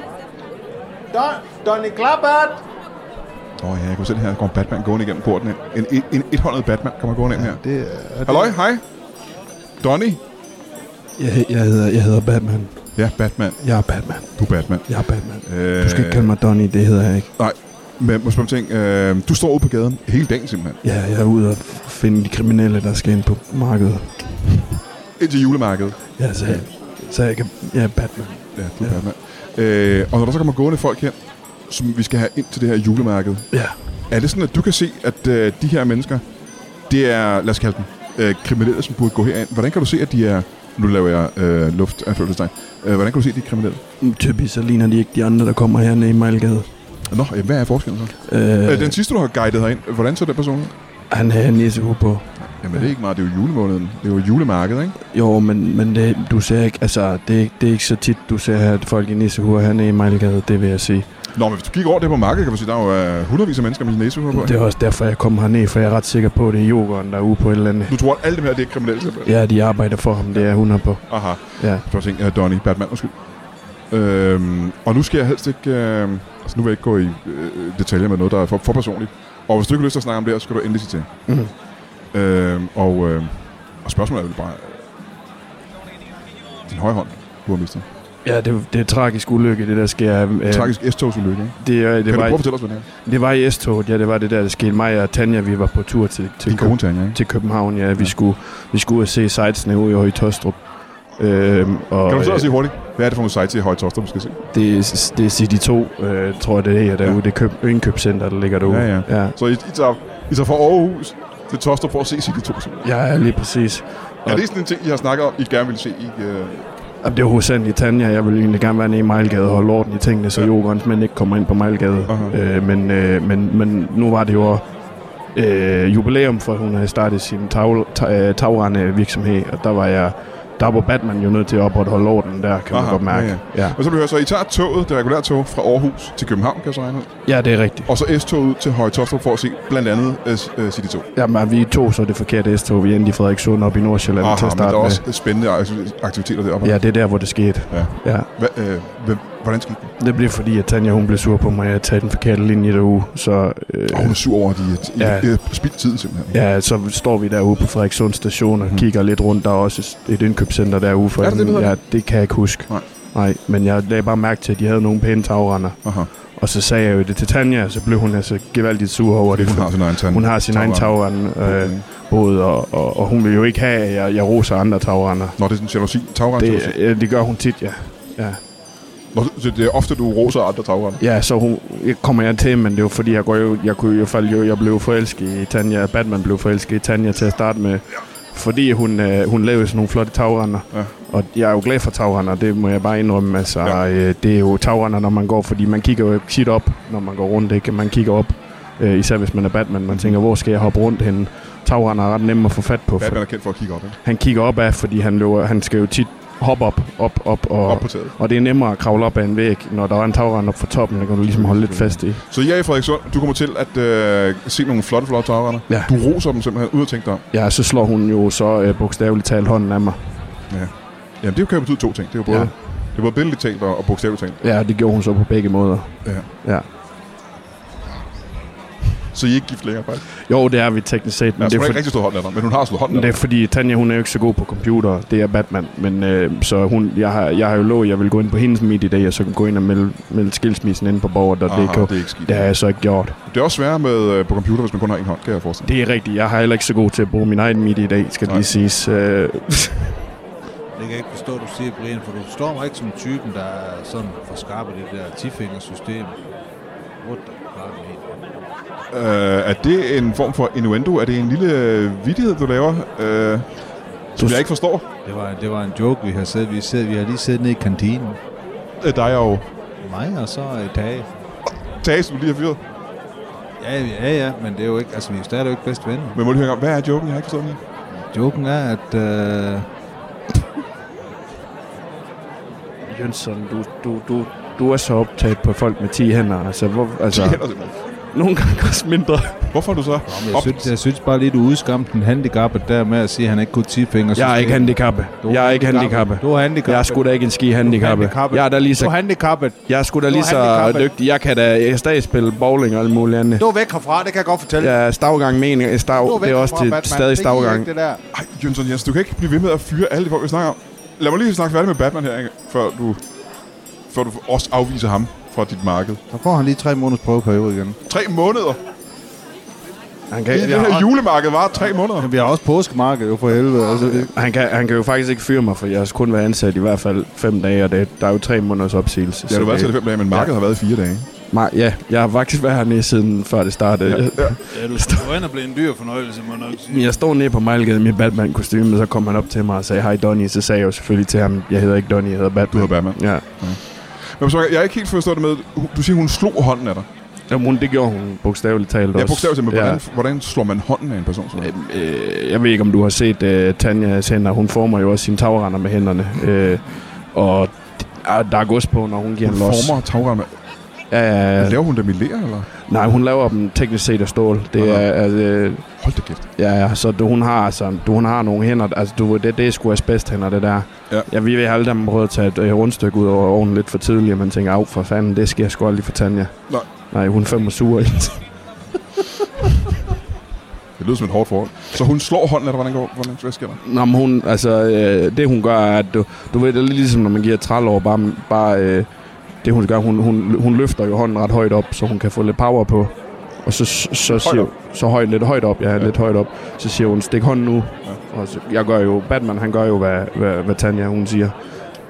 [SPEAKER 2] Don, Donny Klappert!
[SPEAKER 1] Åh oh, ja, jeg kunne selv her, der kommer Batman gående igennem porten ind. En, en, en ethåndet Batman kommer gående ind her.
[SPEAKER 2] Det, er- det,
[SPEAKER 1] Halløj, hej. Donny.
[SPEAKER 6] Jeg, jeg, hedder, jeg hedder Batman.
[SPEAKER 1] Ja, Batman.
[SPEAKER 6] Jeg er Batman.
[SPEAKER 1] Du er Batman.
[SPEAKER 6] Jeg er Batman.
[SPEAKER 1] Øh,
[SPEAKER 6] Du skal ikke kalde mig Donnie, det hedder jeg ikke.
[SPEAKER 1] Nej, men må jeg spørge om ting. Øh, du står ude på gaden hele dagen simpelthen.
[SPEAKER 6] Ja, jeg er ude og finde de kriminelle, der skal ind på markedet.
[SPEAKER 1] Ind til julemarkedet.
[SPEAKER 6] Ja, så jeg, så jeg, kan, jeg er Batman.
[SPEAKER 1] Ja, du er ja. Batman. Øh, og når der så kommer gående folk hen, som vi skal have ind til det her julemarked,
[SPEAKER 6] Ja.
[SPEAKER 1] er det sådan, at du kan se, at øh, de her mennesker, det er, lad os kalde dem, øh, kriminelle, som burde gå herind. Hvordan kan du se, at de er, nu laver jeg øh, luft af øh, hvordan kan du se, at de er kriminelle?
[SPEAKER 6] Men Typisk så ligner de ikke de andre, der kommer hernede i Mejlgade.
[SPEAKER 1] Nå, jamen, hvad er forskellen så?
[SPEAKER 6] Øh,
[SPEAKER 1] Øh, den sidste, du har guidet herind, hvordan så den person ud?
[SPEAKER 6] Han havde en nissehue på.
[SPEAKER 1] Jamen, det er ikke meget. Det er jo julemåneden. Det er jo julemarkedet, ikke?
[SPEAKER 6] Jo, men, men det, du ser ikke, altså, det, er ikke- det er ikke så tit, du ser, at folk i nissehuer hernede i Mejlgade, det vil jeg sige.
[SPEAKER 1] Nå, men hvis du kigger over det på markedet, kan man sige, der er jo øh, hundredvis af mennesker med næse på.
[SPEAKER 6] Det er også derfor, jeg kommer herned, for jeg er ret sikker på, at det er jokeren, der er ude på et eller andet.
[SPEAKER 1] Du tror, at alt det her, det er kriminelt simpelthen?
[SPEAKER 6] Ja, de arbejder for ham, det er 100 på.
[SPEAKER 1] Aha.
[SPEAKER 6] Ja.
[SPEAKER 1] Så tænkte jeg, øh, Donny, Batman, undskyld. Øhm, og nu skal jeg helst ikke... Øh, altså, nu vil jeg ikke gå i øh, detaljer med noget, der er for, for personligt. Og hvis du ikke har lyst til at snakke om det her, så skal du endelig sige til.
[SPEAKER 6] Mhm.
[SPEAKER 1] Øhm, og, øh, og spørgsmålet er vel bare... Øh, din højre hånd, du har mistet.
[SPEAKER 6] Ja, det, det er tragisk ulykke, det der sker. Øh,
[SPEAKER 1] Tragisk S-togsulykke, ikke?
[SPEAKER 6] Det,
[SPEAKER 1] Kan
[SPEAKER 6] øh, det,
[SPEAKER 1] du
[SPEAKER 6] var,
[SPEAKER 1] prøve at
[SPEAKER 6] i-
[SPEAKER 1] fortælle os, hvad det er?
[SPEAKER 6] det var i S-toget, ja, det var det der, der skete. Mig og Tanja, vi var på tur til, til,
[SPEAKER 1] Din
[SPEAKER 6] Køb,
[SPEAKER 1] kone, Tanja, ikke?
[SPEAKER 6] til København, ja. Vi,
[SPEAKER 1] Ja.
[SPEAKER 6] Skulle, vi skulle ud og se sightsene ude i Tostrup. Øhm, og,
[SPEAKER 1] Kan du så også
[SPEAKER 6] øh,
[SPEAKER 1] sige hurtigt, hvad er det for nogle sites i Høje Tostrup, vi skal se?
[SPEAKER 6] det, er- det er City 2, øh, tror jeg, det er derude.
[SPEAKER 1] Ja.
[SPEAKER 6] Det er køb, indkøbscenter, der ligger derude.
[SPEAKER 1] Ja,
[SPEAKER 6] ja.
[SPEAKER 1] Så I, I, tager, I tager fra Aarhus til Toster for at se City 2. simpelthen.
[SPEAKER 6] Ja, ja, lige præcis.
[SPEAKER 1] Er det sådan en ting, I har snakket om, I gerne vil se? I, øh...
[SPEAKER 6] Jamen, det er jo hos Sandy Tanja. Jeg vil egentlig gerne være nede i Mejlgade og holde orden i tingene, så ja. jordgrøns mænd ikke kommer ind på Mejlgade.
[SPEAKER 1] Aha.
[SPEAKER 6] Øh, men, øh, men, men nu var det jo øh, jubilæum, for hun havde startet sin tag, tag, tagrende virksomhed, og der var jeg der var Batman jo nødt til at opretholde orden der, kan man
[SPEAKER 1] Aha,
[SPEAKER 6] godt mærke.
[SPEAKER 1] ja,
[SPEAKER 6] Ja, ja.
[SPEAKER 1] Og så vil jeg høre, så I tager toget, det regulære tog, fra Aarhus til København, kan jeg så regne ud,
[SPEAKER 6] ja det er rigtigt.
[SPEAKER 1] og så S-toget ud til Høje Tostrup for at se blandt andet øh, øh, City 2.
[SPEAKER 6] Jamen, vi er to, så er det forkerte S-tog. Vi endte i Frederikssund op i Nordsjælland
[SPEAKER 1] Aha,
[SPEAKER 6] til at
[SPEAKER 1] men der
[SPEAKER 6] starte
[SPEAKER 1] er
[SPEAKER 6] med.
[SPEAKER 1] også spændende aktiviteter deroppe.
[SPEAKER 6] Ja, det er der, hvor det skete.
[SPEAKER 1] Ja.
[SPEAKER 6] ja.
[SPEAKER 1] Hva, øh, hvem, hvordan skal det?
[SPEAKER 6] Det blev fordi, at Tanja hun blev sur på mig, at jeg tager den forkerte linje derude. Så, øh,
[SPEAKER 1] Åh, hun er sur over, at de
[SPEAKER 6] Ja.
[SPEAKER 1] ja. spildt tiden simpelthen.
[SPEAKER 6] Ja, så står vi derude på Frederikssund station og kigger lidt rundt. Der er også et indkøbscenter derude for
[SPEAKER 1] Mhm. Er der det,
[SPEAKER 6] enden.
[SPEAKER 1] det hedder?
[SPEAKER 6] ja, det kan jeg ikke huske.
[SPEAKER 1] Nej.
[SPEAKER 6] Nej, men jeg lagde bare mærke til, at de havde nogle pæne tagrender.
[SPEAKER 1] Aha.
[SPEAKER 6] Og så sagde jeg jo det til Tanja, og så blev hun altså gevaldigt sur over det.
[SPEAKER 1] Hun har Mhm. sin egen tand.
[SPEAKER 6] Hun har sin egen tagrende, øh,
[SPEAKER 1] Okay.
[SPEAKER 6] både, og, og, og, hun vil jo ikke have, at jeg, jeg roser andre tagrender.
[SPEAKER 1] Nå, det er sådan en jalousi. Tagrand
[SPEAKER 6] Det,
[SPEAKER 1] jalousi.
[SPEAKER 6] øh, det gør hun tit, ja. Ja,
[SPEAKER 1] Nå, så det er ofte, du roser andre tagrand.
[SPEAKER 6] ja så hun, jeg kommer jeg til, men det var fordi, jeg, går jo, jeg, kunne, jeg, faldt jo, jeg blev forelsket i Tanja. Batman blev forelsket i Tanja til at starte med. Fordi hun, øh, hun lavede sådan nogle flotte tagrender.
[SPEAKER 1] Ja.
[SPEAKER 6] Og jeg er jo glad for tagrender, det må jeg bare indrømme. Altså,
[SPEAKER 1] Ja.
[SPEAKER 6] ja. øh, det er jo tagrender, når man går, fordi man kigger jo tit op, når man går rundt. Ikke? Man kigger op, øh, især hvis man er Batman. Man tænker, hvor skal jeg hoppe rundt henne? Tagrender er ret nemme at få fat på. For
[SPEAKER 1] Batman er kendt for at kigge op, ikke?
[SPEAKER 6] han kigger op af, fordi han, løber, han skal jo tit hoppe op, op, op og...
[SPEAKER 1] Op på taget.
[SPEAKER 6] Og det er nemmere at kravle op ad en væg, når der er en tagrand op fra toppen, der kan du ligesom holde lidt fast i.
[SPEAKER 1] Så jeg er i Frederikssund. Du kommer til at øh, se nogle flotte, flotte tagrender.
[SPEAKER 6] Ja.
[SPEAKER 1] Du roser dem simpelthen ud og tænker dig om.
[SPEAKER 6] Ja, så slår hun jo så øh, bogstaveligt talt hånden af mig.
[SPEAKER 1] Jamen, det kan jo betyde to ting. Det er jo både,
[SPEAKER 6] Ja.
[SPEAKER 1] det er både billedligt talt og, og bogstaveligt talt.
[SPEAKER 6] Ja, det gjorde hun så på begge måder.
[SPEAKER 1] Så I er ikke gift længere, faktisk.
[SPEAKER 6] Jo, det er vi teknisk set, men
[SPEAKER 1] Altså, hun
[SPEAKER 6] det, er
[SPEAKER 1] har
[SPEAKER 6] for,
[SPEAKER 1] ikke rigtig slået hånden af dig, men hun har slået hånden af
[SPEAKER 6] det er
[SPEAKER 1] dig.
[SPEAKER 6] fordi, Tanja hun er jo ikke så god på computer. Det er Batman. Men øh, så hun, jeg, har, jeg har jo lovet, at jeg vil gå ind på hendes midt i dag, og så gå ind og melde, melde skilsmissen ind på borgeret, og det,
[SPEAKER 1] Aha,
[SPEAKER 6] kan,
[SPEAKER 1] det er ikke skidt.
[SPEAKER 6] det har jeg så ikke gjort.
[SPEAKER 1] Det er også sværere med, øh, på computer, hvis man kun har en hånd, kan jeg forestille mig.
[SPEAKER 6] Det er rigtigt. Jeg har heller ikke så god til at bruge min egen midt i dag, skal det
[SPEAKER 1] Nej.
[SPEAKER 6] lige siges. Øh,
[SPEAKER 2] Det kan jeg ikke forstå, du siger, Brian, for du forstår mig ikke som typen, der er sådan for skarp i det der 10-fingersystem. What the fuck, man?
[SPEAKER 1] Øh, er det en form for innuendo? Er det en lille øh, vittighed, du laver, øh, som
[SPEAKER 6] Du-
[SPEAKER 1] jeg ikke forstår?
[SPEAKER 2] Det var, det var en joke, vi har siddet. Vi, sidder, vi har lige siddet nede i kantinen.
[SPEAKER 1] Øh, Der er jo
[SPEAKER 2] Mig og så øh, Tage.
[SPEAKER 1] Tage, som du lige har fyret.
[SPEAKER 2] Ja, ja, ja, men det er jo ikke, altså vi er jo stadig ikke bedst venner.
[SPEAKER 1] Men må du høre om, hvad er joken? Jeg har ikke forstået den. endnu.
[SPEAKER 2] Joken er, at øh,
[SPEAKER 6] Jønsson, du, du, du, du er så optaget på folk med 10 hænder. Altså, hvor, altså,
[SPEAKER 1] De hænder simpelthen.
[SPEAKER 6] nogle gange også mindre.
[SPEAKER 1] Hvorfor er du så
[SPEAKER 2] jeg, synes, jeg synes bare lige, du udskamte den handicappet der med at sige, at han ikke kunne 10 fingre.
[SPEAKER 6] Jeg er ikke handicappet.
[SPEAKER 2] Du
[SPEAKER 6] Jeg er ikke handicappet.
[SPEAKER 2] Du er handicappet.
[SPEAKER 6] Jeg er sgu da ikke en ski handicappet.
[SPEAKER 2] handicappet.
[SPEAKER 6] Jeg er da lige
[SPEAKER 2] Du er
[SPEAKER 6] så,
[SPEAKER 2] handicappet.
[SPEAKER 6] jeg er sgu da
[SPEAKER 2] Du
[SPEAKER 6] lige
[SPEAKER 2] er
[SPEAKER 6] så
[SPEAKER 2] handicappet.
[SPEAKER 6] dygtig. Jeg kan da jeg kan stadig spille bowling og alt muligt andet.
[SPEAKER 2] Du er væk herfra, det kan jeg godt fortælle.
[SPEAKER 6] Jeg er stavgang med en
[SPEAKER 2] Du
[SPEAKER 6] stav.
[SPEAKER 2] væk
[SPEAKER 6] Det er også
[SPEAKER 2] herfra,
[SPEAKER 6] til,
[SPEAKER 2] Batman.
[SPEAKER 6] stadig
[SPEAKER 2] Det giver ikke
[SPEAKER 6] stavgang.
[SPEAKER 2] Det der.
[SPEAKER 1] Ej, Jønsson Jensen, du kan ikke blive ved med at fyre alle de folk, vi snakker om. Lad mig lige snakke færdig med Batman her, ikke? før du, før du også afviser ham fra dit marked.
[SPEAKER 2] Så får han lige tre måneders prøveperiode igen.
[SPEAKER 1] Tre måneder!
[SPEAKER 6] Han kan,
[SPEAKER 1] Det, det her julemarked var tre måneder.
[SPEAKER 2] Men vi har også påskemarked jo for helvede. Altså, det,
[SPEAKER 6] han, kan, han kan jo faktisk ikke fyre mig, for jeg har kun været ansat i hvert fald fem dage, og det, der er jo tre måneders opsigelse.
[SPEAKER 1] Ja,
[SPEAKER 6] så
[SPEAKER 1] du har været
[SPEAKER 6] det-
[SPEAKER 1] til det fem dage, men markedet har været i fire dage.
[SPEAKER 6] Nej, ja, jeg har faktisk været hernede siden før det startede. Ja.
[SPEAKER 2] ja, du står ind og bliver en dyr fornøjelse, må jeg nok sige.
[SPEAKER 6] Men Jeg stod nede på Mejlgade i mit Batman-kostyme, og så kom han op til mig og sagde, hej Donny. Så sagde jeg jo selvfølgelig til ham, jeg hedder ikke Donny, jeg hedder
[SPEAKER 1] Du
[SPEAKER 6] Batman.
[SPEAKER 1] hedder Batman.
[SPEAKER 6] Ja.
[SPEAKER 1] Men så, jeg har ikke helt forstået det med, du siger, hun slog hånden af dig.
[SPEAKER 6] Jamen, det gjorde hun bogstaveligt talt
[SPEAKER 1] Jeg
[SPEAKER 6] også.
[SPEAKER 1] bogstaver simpelthen, hvordan, hvordan slår man hånden af en person? Sådan?
[SPEAKER 6] Øh, jeg ved ikke, om du har set uh, Tanjas hænder. Hun former jo også sine tagrender med hænderne. Øh, og ah, der er gods på, når hun giver
[SPEAKER 1] Hun
[SPEAKER 6] en los.
[SPEAKER 1] former tagrende.
[SPEAKER 6] Ja, ja, ja.
[SPEAKER 1] Laver hun dem i ler, eller?
[SPEAKER 6] Nej, hun laver dem teknisk set af stål. Det
[SPEAKER 1] Aha.
[SPEAKER 6] er, altså, øh,
[SPEAKER 1] Hold da kæft.
[SPEAKER 6] ja, ja, så du, hun har, altså, du, hun har nogle hænder. Altså, du, ved, det, det er sgu asbesthænder, det der.
[SPEAKER 1] Ja.
[SPEAKER 6] ja vi vil alle dem prøve at tage et øh, rundstykke ud over ovnen lidt for tidligt, og man tænker, af for fanden, det sker sgu aldrig for Tanja.
[SPEAKER 1] Nej.
[SPEAKER 6] Nej, hun er fandme sur.
[SPEAKER 1] Det lyder som et hårdt forhold. Så hun slår hånden af dig, hvordan går hvordan, hvad sker der?
[SPEAKER 6] Nå, men hun, altså, øh, det hun gør er, at du, du ved, det er lidt ligesom, når man giver 30 år, bare, bare øh, det hun gør, hun, hun, hun løfter jo hånden ret højt op, så hun kan få lidt power på. Og så, så, så siger
[SPEAKER 1] op.
[SPEAKER 6] så højt, lidt højt op, ja, ja, lidt højt op. Så siger hun, stik hånden nu. Ja. Og så, jeg gør jo, Batman, han gør jo, hvad, hvad, hvad Tanja, hun siger.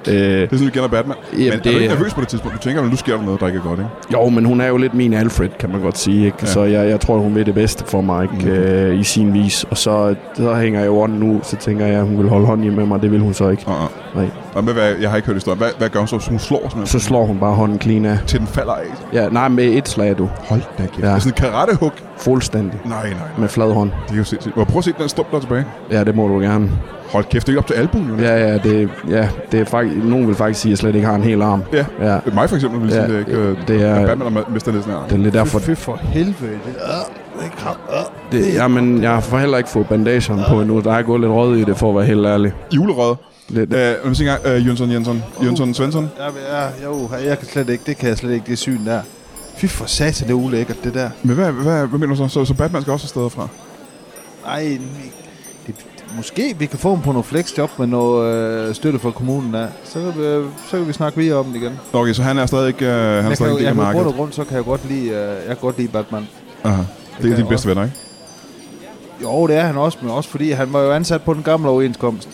[SPEAKER 6] Øh,
[SPEAKER 1] Det er sådan, vi kender Batman.
[SPEAKER 6] Jamen,
[SPEAKER 1] men det, er
[SPEAKER 6] det
[SPEAKER 1] du ikke
[SPEAKER 6] er-
[SPEAKER 1] nervøs på det tidspunkt? Du tænker, at nu sker der noget, der ikke er godt, ikke?
[SPEAKER 6] jo, men hun er jo lidt min Alfred, kan man godt sige. Ikke?
[SPEAKER 1] Ja.
[SPEAKER 6] Ja. Så jeg, jeg tror, hun vil det bedste for mig ikke?
[SPEAKER 1] Mhm.
[SPEAKER 6] Mm. Øh, i sin vis. Og så, så hænger jeg jo ånden nu, så tænker jeg, at hun vil holde hånden med mig. Det vil hun så ikke.
[SPEAKER 1] Uh-uh.
[SPEAKER 6] Nej.
[SPEAKER 1] Og med, hvad, jeg har ikke hørt historien. Hvad, hvad gør hun så? Hun slår simpelthen,
[SPEAKER 6] Så slår hun bare hånden clean af.
[SPEAKER 1] til den falder af.
[SPEAKER 6] Ja, nej, med et slag, du.
[SPEAKER 1] Hold da kæft. Ja.
[SPEAKER 6] Ja.
[SPEAKER 1] Det er sådan en karatehug.
[SPEAKER 6] Fuldstændig.
[SPEAKER 1] Nej, nej, nej.
[SPEAKER 6] Med flad hånd.
[SPEAKER 1] Det er jo sindssygt. Må jeg prøve at se den stump der er tilbage?
[SPEAKER 6] Ja, det må du gerne.
[SPEAKER 1] Hold kæft, det er ikke op til albuen, jo.
[SPEAKER 6] Ja, ja, det, ja, det er faktisk... Nogen vil faktisk sige, at jeg slet ikke har en hel arm.
[SPEAKER 1] Ja.
[SPEAKER 6] Ja,
[SPEAKER 1] Mig for eksempel vil
[SPEAKER 6] Ja,
[SPEAKER 1] sige, det er ikke... øh,
[SPEAKER 6] det er-
[SPEAKER 1] at Batman, der mister næsten her.
[SPEAKER 6] det er lidt derfor...
[SPEAKER 2] Fy for helvede. Det er, det er krav.
[SPEAKER 6] Det, jamen, jeg har heller ikke fået bandagerne på endnu. Der er gået lidt rød i det, for at være helt ærlig.
[SPEAKER 1] Julerød.
[SPEAKER 6] Lidt, Uh.
[SPEAKER 1] Øh, lad mig sige en gang. Øh, Jønsson Jensen. Jønsson Svensson.
[SPEAKER 2] Ja, men jeg, jeg, jeg kan slet ikke, det kan jeg slet ikke, det syn der. Fy for satan, det er ulækkert, det der.
[SPEAKER 1] Men hvad, hvad, hvad mener du så? så? Så Batman skal også afsted fra?
[SPEAKER 2] Ej, vi- det, måske vi kan få dem på noget flexjob med noget øh, støtte fra kommunen der. Så kan, vi, så kan vi snakke videre om det igen.
[SPEAKER 1] Okay, så han er stadig ikke, øh, han er
[SPEAKER 2] jeg kan,
[SPEAKER 1] stadig
[SPEAKER 2] jo-
[SPEAKER 1] ikke
[SPEAKER 2] jeg
[SPEAKER 1] del af
[SPEAKER 2] kan jo- på grund
[SPEAKER 1] markedet.
[SPEAKER 2] og grund, så kan jeg godt lide, øh, jeg kan godt lide Batman.
[SPEAKER 1] Aha. Det er
[SPEAKER 2] kan
[SPEAKER 1] dine
[SPEAKER 2] jeg
[SPEAKER 1] bedste venner, ikke?
[SPEAKER 2] Jo, det er han også, men også fordi han var jo ansat på den gamle overenskomst.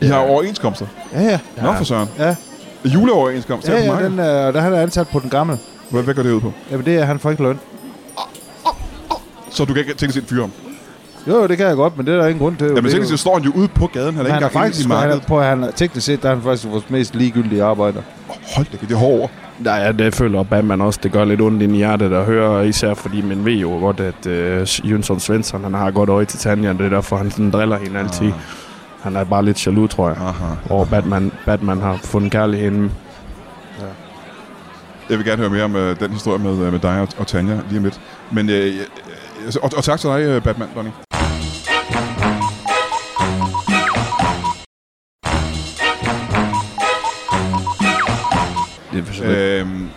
[SPEAKER 1] I har overenskomster.
[SPEAKER 2] Ja, ja.
[SPEAKER 1] Nå for søren.
[SPEAKER 2] Ja,
[SPEAKER 1] Juleoverenskomst.
[SPEAKER 2] ja,
[SPEAKER 1] Ja,
[SPEAKER 2] ja den, øh, der, han er ansat på den gamle.
[SPEAKER 1] Hvad, hvad går det ud på?
[SPEAKER 2] Jamen det er, han får ikke løn.
[SPEAKER 1] Så du kan ikke tænke sig en fyr om?
[SPEAKER 2] Jo, jo, det kan jeg godt, men det er der ingen grund til.
[SPEAKER 1] Jamen
[SPEAKER 2] det, er
[SPEAKER 1] tænk
[SPEAKER 2] jo-
[SPEAKER 1] sig, står han jo ude på gaden. Han er ikke
[SPEAKER 2] han er
[SPEAKER 1] engang inde
[SPEAKER 2] faktisk,
[SPEAKER 1] i
[SPEAKER 2] han er,
[SPEAKER 1] markedet.
[SPEAKER 2] på, han er, teknisk set, der er han faktisk vores mest ligegyldige arbejder.
[SPEAKER 1] Hold da, kæft, det er hårdt ord.
[SPEAKER 6] Nej, ja, det føler Batman også. Det gør lidt ondt ind i hjertet at høre, især fordi man ved jo godt, at øh, Jønsson Svensson han har godt øje til Tanja, og det er derfor, han sådan driller hende altid. Han er bare lidt jaloux, tror jeg.
[SPEAKER 1] Aha.
[SPEAKER 6] Og Batman, Batman har fundet kærlighed inden.
[SPEAKER 1] Jeg vil gerne høre mere om øh, den historie med, øh, med dig og, og Tanja lige om lidt. Men, øh, jeg- jeg- og, og tak til dig, øh, Batman, Donnie.
[SPEAKER 6] Det er for så vidt.
[SPEAKER 1] Øhm,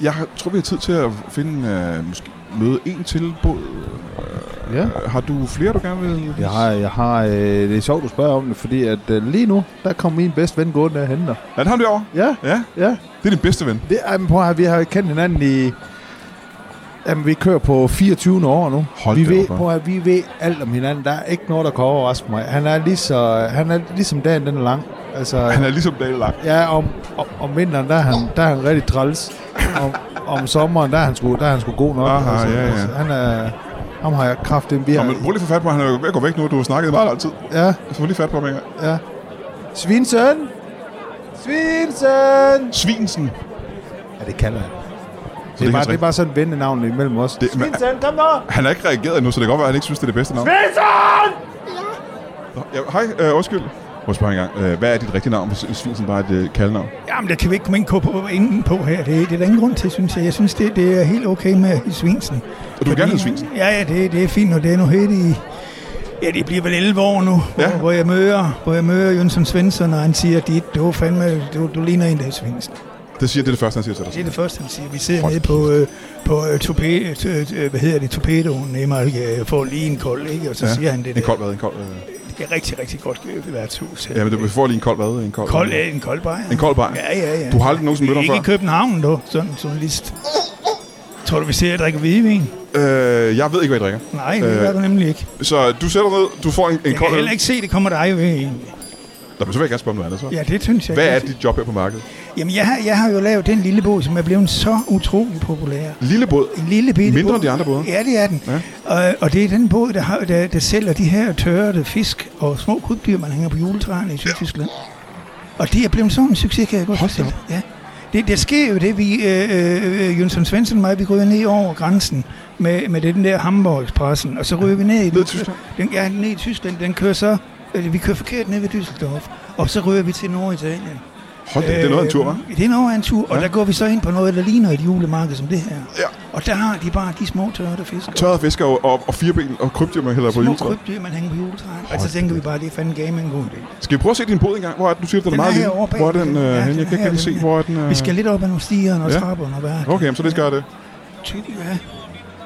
[SPEAKER 1] jeg har- tror, vi har tid til at finde, øh, måske møde en til båd. Øh,
[SPEAKER 2] Ja.
[SPEAKER 1] Har du flere, du gerne vil?
[SPEAKER 2] Jeg har, jeg har øh, det er sjovt, du spørger om det, fordi at øh, lige nu, der kommer min bedste ven gående og henter.
[SPEAKER 1] Er det ham derovre?
[SPEAKER 2] Ja,
[SPEAKER 1] Ja,
[SPEAKER 2] ja.
[SPEAKER 1] det er din bedste ven.
[SPEAKER 2] Det, jamen, prøv at, høre, vi har jo kendt hinanden i... Jamen, vi kører på 24. år nu.
[SPEAKER 1] Hold
[SPEAKER 2] vi
[SPEAKER 1] da
[SPEAKER 2] ved,
[SPEAKER 1] op, hva'?
[SPEAKER 2] prøv at, høre, vi ved alt om hinanden. Der er ikke noget, der kan overraske mig. Han er, lige så, han er ligesom dagen, den er lang. Altså,
[SPEAKER 1] Han er ligesom Dale Lang.
[SPEAKER 2] ja, om, om, om vinteren, der er han, der er han rigtig træls. Om, om sommeren, der er han sgu, der er han sgu god nok. Altså,
[SPEAKER 1] Aha, ja, ja.
[SPEAKER 2] han er, ham har jeg kraftigt. Vi
[SPEAKER 1] Nå,
[SPEAKER 2] har,
[SPEAKER 1] men prøv lige at få fat på ham. Han er jo ved at gå væk nu, og du har snakket i meget lang tid.
[SPEAKER 2] ja,
[SPEAKER 1] Så få lige fat på ham en gang.
[SPEAKER 2] ja. Svinsen! Svinsen!
[SPEAKER 1] Svinsen.
[SPEAKER 2] Ja, det kalder han.
[SPEAKER 1] det
[SPEAKER 2] Det er,
[SPEAKER 1] kan
[SPEAKER 2] bare,
[SPEAKER 1] så
[SPEAKER 2] det er
[SPEAKER 1] ikke-
[SPEAKER 2] bare sådan et vendenavn imellem os.
[SPEAKER 1] Det- men-
[SPEAKER 2] Svinsen, kom nu!
[SPEAKER 1] Han har ikke reageret endnu, så det kan godt være, at han ikke synes, det er det bedste navn. Svensson! Ja. Nå, ja, hej, øh, undskyld. Må jeg spørge en gang. Øh, hvad er dit rigtige navn, hvis Svinsen bare er et øh, kaldnavn?
[SPEAKER 7] Jamen, der kan vi ikke komme ind på ingen på her. Det, det er der ingen grund til, synes jeg. Jeg synes, det, det er helt okay med Svinsen.
[SPEAKER 1] Og du vil gerne hedde Svinsen.
[SPEAKER 7] Ja, ja, det, det er fint, og det er nu helt i... Ja, det bliver vel 11 år nu,
[SPEAKER 1] Ja.
[SPEAKER 7] ja. hvor, hvor, jeg møder, hvor jeg møder Jønsson Svensson, og han siger, at du, er fandme, du, du ligner en der er Svendsen.
[SPEAKER 1] Det siger, det er det første, han siger til dig.
[SPEAKER 7] Det er det første, han siger. Vi sidder nede på, øh, på øh, tope, øh, øh, hvad hedder det, torpedoen, i Malaga, og får lige en kold, ikke? Og så
[SPEAKER 1] Ja,
[SPEAKER 7] ja. siger han det
[SPEAKER 1] En
[SPEAKER 7] der.
[SPEAKER 1] kold hvad? En kold... Øh.
[SPEAKER 7] Det er rigtig, rigtig godt øh, værtshus.
[SPEAKER 1] Ja, men du får lige en kold hvad? En kold...
[SPEAKER 7] kold, øh, en kold bajer.
[SPEAKER 1] En kold bar.
[SPEAKER 7] Ja, ja, ja.
[SPEAKER 1] Du har aldrig nogensinde mødt ham
[SPEAKER 7] Ikke
[SPEAKER 1] før?
[SPEAKER 7] i København, du, sådan en journalist. Tror du, vi ser at drikke hvidvin?
[SPEAKER 1] Øh, jeg ved ikke, hvad I drikker.
[SPEAKER 7] Nej, det
[SPEAKER 1] Øh,
[SPEAKER 7] øh, gør du nemlig ikke.
[SPEAKER 1] Så du sætter ned, du får en, en
[SPEAKER 7] Jeg
[SPEAKER 1] kold
[SPEAKER 7] kan
[SPEAKER 1] øl.
[SPEAKER 7] heller ikke se, det kommer dig ved. egentlig.
[SPEAKER 1] Nå, men så vil jeg gerne spørge om noget andet, så.
[SPEAKER 7] Ja, det synes jeg.
[SPEAKER 1] Hvad er
[SPEAKER 7] godt.
[SPEAKER 1] dit job her på markedet?
[SPEAKER 7] Jamen, jeg, har- jeg har jo lavet den lille bog, som er blevet så utrolig populær.
[SPEAKER 1] Lille båd.
[SPEAKER 7] En lille bitte
[SPEAKER 1] Mindre
[SPEAKER 7] båd.
[SPEAKER 1] end de andre både?
[SPEAKER 7] Ja, det er den.
[SPEAKER 1] Ja.
[SPEAKER 7] Ja. Og, og det er den båd, der, har, der, der sælger de her tørrede fisk og små krybdyr, man hænger på juletræerne i Sydtyskland. Og det er blevet sådan en succes, kan jeg godt fortælle. Ja. Det, der sker jo det, vi, øh, øh, Jønsson Svensson og mig, vi går jo ned over grænsen med, med den der Hamburg-expressen, og så ryger vi ned i den,
[SPEAKER 1] Ned i Tyskland?
[SPEAKER 7] Den, ja, ned i Tyskland. Den kører så, øh, vi kører forkert ned ved Düsseldorf, og så ryger vi til Norditalien.
[SPEAKER 1] Hold da, det er noget af en tur, hva'?
[SPEAKER 7] Øh, Det er noget af en tur, og
[SPEAKER 1] Ja.
[SPEAKER 7] der går vi så ind på noget, der ligner et julemarked som det her.
[SPEAKER 1] Ja.
[SPEAKER 7] Og der har de bare de små tørrede fisk.
[SPEAKER 1] Tørrede fisker og, og, og fireben og krybdyr, man hælder på
[SPEAKER 7] Øh, små
[SPEAKER 1] juletræet.
[SPEAKER 7] krybdyr, man hænger på juletræet. Og så tænker vi bare, det er fandme gaming god idé.
[SPEAKER 1] Skal vi prøve at se din båd engang? Hvor er den? Du siger, den er
[SPEAKER 7] Den er
[SPEAKER 1] meget lille.
[SPEAKER 7] herovre bag.
[SPEAKER 1] Hvor er den? Øh,
[SPEAKER 7] Ja,
[SPEAKER 1] henne?
[SPEAKER 7] den
[SPEAKER 1] jeg
[SPEAKER 7] er
[SPEAKER 1] kan ikke
[SPEAKER 7] her,
[SPEAKER 1] rigtig se,
[SPEAKER 7] den er.
[SPEAKER 1] hvor er den? Øh...
[SPEAKER 7] Vi skal lidt op ad nogle stiger og nogle
[SPEAKER 1] Ja.
[SPEAKER 7] ja. trapper og noget værk.
[SPEAKER 1] Okay, men så det skal jeg det.
[SPEAKER 7] Tyk, ja.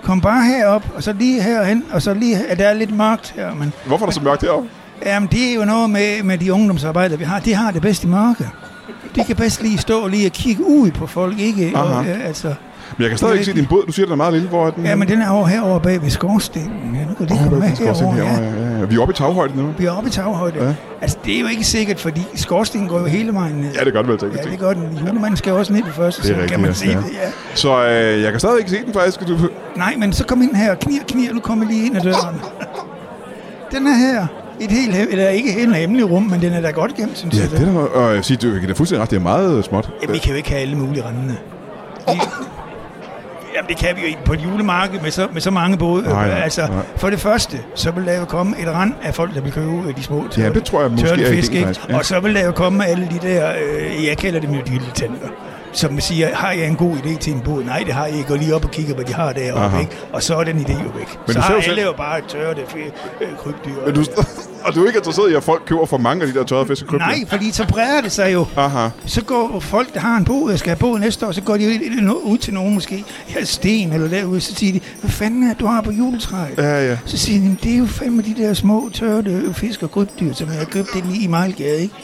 [SPEAKER 7] Kom bare herop, og så lige herhen, og så lige her. Der er lidt mørkt her, men
[SPEAKER 1] Hvorfor er der så mørkt heroppe?
[SPEAKER 7] jamen, det er jo noget med, med de ungdomsarbejdere, vi har. De har det bedst i mørke. De kan bedst lige stå og lige og kigge ud på folk, ikke?
[SPEAKER 1] Aha.
[SPEAKER 7] Og, øh, altså,
[SPEAKER 1] Men jeg kan stadig ikke se din båd. Du siger, den er meget lille. Hvor er den?
[SPEAKER 7] Ja, men den er over herovre bag ved skorstenen. Ja, nu kan det
[SPEAKER 1] Åh,
[SPEAKER 7] komme
[SPEAKER 1] hvad er
[SPEAKER 7] med
[SPEAKER 1] den skal også ind
[SPEAKER 7] herovre.
[SPEAKER 1] herovre?
[SPEAKER 7] Ja.
[SPEAKER 1] Ja, ja, ja. Vi er oppe i taghøjde nu.
[SPEAKER 7] Vi er oppe i taghøjde.
[SPEAKER 1] Ja.
[SPEAKER 7] Ja. Altså, det er jo ikke sikkert, fordi skorstenen går jo hele vejen ned.
[SPEAKER 1] Ja, det er godt vel, tænker
[SPEAKER 7] Ja, det
[SPEAKER 1] jeg.
[SPEAKER 7] gør den. Julemanden skal jo også ned på første,
[SPEAKER 1] Det er
[SPEAKER 7] så
[SPEAKER 1] rigtigt,
[SPEAKER 7] kan man
[SPEAKER 1] ja.
[SPEAKER 7] sige
[SPEAKER 1] Ja.
[SPEAKER 7] det, ja.
[SPEAKER 1] Så øh, jeg kan stadig ikke se den faktisk. Du...
[SPEAKER 7] Nej, men så kom ind her og knir, knir, nu kommer lige ind ad døren. Den er her. Et helt, he- eller ikke helt hemmeligt rum, men den er da godt gemt, synes
[SPEAKER 1] Ja,
[SPEAKER 7] jeg.
[SPEAKER 1] det er der. Og jeg siger, du kan da fuldstændig ret. Det er meget øh, småt.
[SPEAKER 7] Jamen, vi kan jo ikke have alle mulige rendende. Vi- Jamen, det kan vi jo ikke på et julemarked med så, med så mange både.
[SPEAKER 1] Nej, nej,
[SPEAKER 7] altså,
[SPEAKER 1] nej.
[SPEAKER 7] for det første, så vil der jo komme et rand af folk, der vil købe øh, de små tør-
[SPEAKER 1] Ja, det tror jeg måske er ideen,
[SPEAKER 7] tørnefisk, ikke?
[SPEAKER 1] faktisk. Ja.
[SPEAKER 7] Og så vil der jo komme alle de der, øh, jeg kalder dem jo dilettanter, som siger, har jeg en god idé til en båd? Nej, det har jeg ikke. Og lige op og kigger, hvad de har
[SPEAKER 1] Aha.
[SPEAKER 7] deroppe, ikke? Og så er den idé jo væk.
[SPEAKER 1] du
[SPEAKER 7] så
[SPEAKER 1] ser
[SPEAKER 7] har
[SPEAKER 1] jo
[SPEAKER 7] alle
[SPEAKER 1] selv-
[SPEAKER 7] jo bare et tørret øh, krybdyr.
[SPEAKER 1] Men du... Og du er ikke interesseret i, at folk køber for mange af de der tørrede fisk og krybdyr?
[SPEAKER 7] Nej, fordi så breder det sig jo.
[SPEAKER 1] Aha.
[SPEAKER 7] Så går folk, der har en båd, og skal have båd næste år, så går de ud- ud til nogen måske, ja, sten eller derude, så siger de, hvad fanden er det, du har på juletræet?
[SPEAKER 1] Ja, ja.
[SPEAKER 7] Så siger de, "Jamen, det er jo fandme de der små, tørte fisk og krybdyr, som jeg har købt inde i Mejlgade, ikke?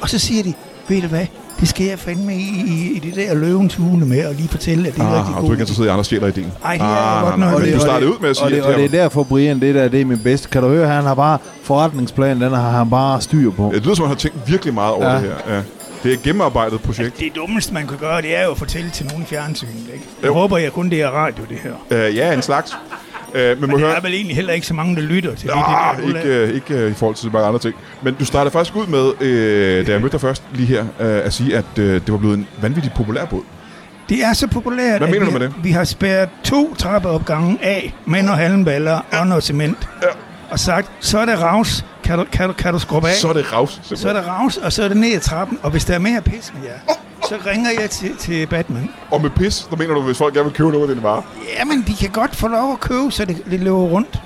[SPEAKER 7] Og så siger de, ved du hvad, det skal jeg fandme i, i, i det der løvens hule med, og lige fortælle, at det er ah, rigtig
[SPEAKER 1] Ah, og du er ikke
[SPEAKER 7] godt.
[SPEAKER 1] interesseret i, at andre stjæler ideen?
[SPEAKER 7] Ej, det er jeg godt nok.
[SPEAKER 1] nej,
[SPEAKER 7] Og
[SPEAKER 1] Men
[SPEAKER 7] det-
[SPEAKER 1] du
[SPEAKER 7] og
[SPEAKER 1] startede
[SPEAKER 2] det-
[SPEAKER 1] ud med at sige,
[SPEAKER 2] og det,
[SPEAKER 1] at
[SPEAKER 2] og det er
[SPEAKER 1] det her...
[SPEAKER 2] derfor, Brian, det der, det er min bedste. Kan du høre, han har bare forretningsplanen, den har han bare styr på.
[SPEAKER 1] Ja, Det lyder som, at han har tænkt virkelig meget over
[SPEAKER 2] Ja.
[SPEAKER 1] det her. Ja. Det er et gennemarbejdet projekt.
[SPEAKER 7] Det dummeste, man kan gøre, det er jo at fortælle til nogen i fjernsynet, ikke? Jeg
[SPEAKER 1] Jo.
[SPEAKER 7] håber jeg kun, det er radio, det her.
[SPEAKER 1] Øh, ja, en slags. Øh, men må
[SPEAKER 7] Men der
[SPEAKER 1] høre...
[SPEAKER 7] er vel egentlig heller ikke så mange, der lytter til det.
[SPEAKER 1] Ah,
[SPEAKER 7] det der,
[SPEAKER 1] ikke, øh, ikke øh, i forhold til så mange andre ting. Men du startede faktisk ud med, øh, da jeg mødte dig først lige her, øh, at sige, at øh, det var blevet en vanvittigt populær båd.
[SPEAKER 7] Det er så populært,
[SPEAKER 1] Hvad
[SPEAKER 7] at
[SPEAKER 1] mener
[SPEAKER 7] vi,
[SPEAKER 1] du med
[SPEAKER 7] har-
[SPEAKER 1] det?
[SPEAKER 7] vi har spærret to trappeopgange af med noget halmballer ja. og noget cement. Ja. Og sagt, så er det raus, kan du, kan du, kan du skrubbe af?
[SPEAKER 1] Så er det raus, simpelthen.
[SPEAKER 7] så er det raus, og så er det ned ad trappen. Og hvis der er mere pis med jer, så ringer jeg til, til Batman.
[SPEAKER 1] Og med pis, der mener du, hvis folk gerne vil købe noget af dine varer.
[SPEAKER 7] Jamen, de kan godt få lov at købe, så det, det løber rundt.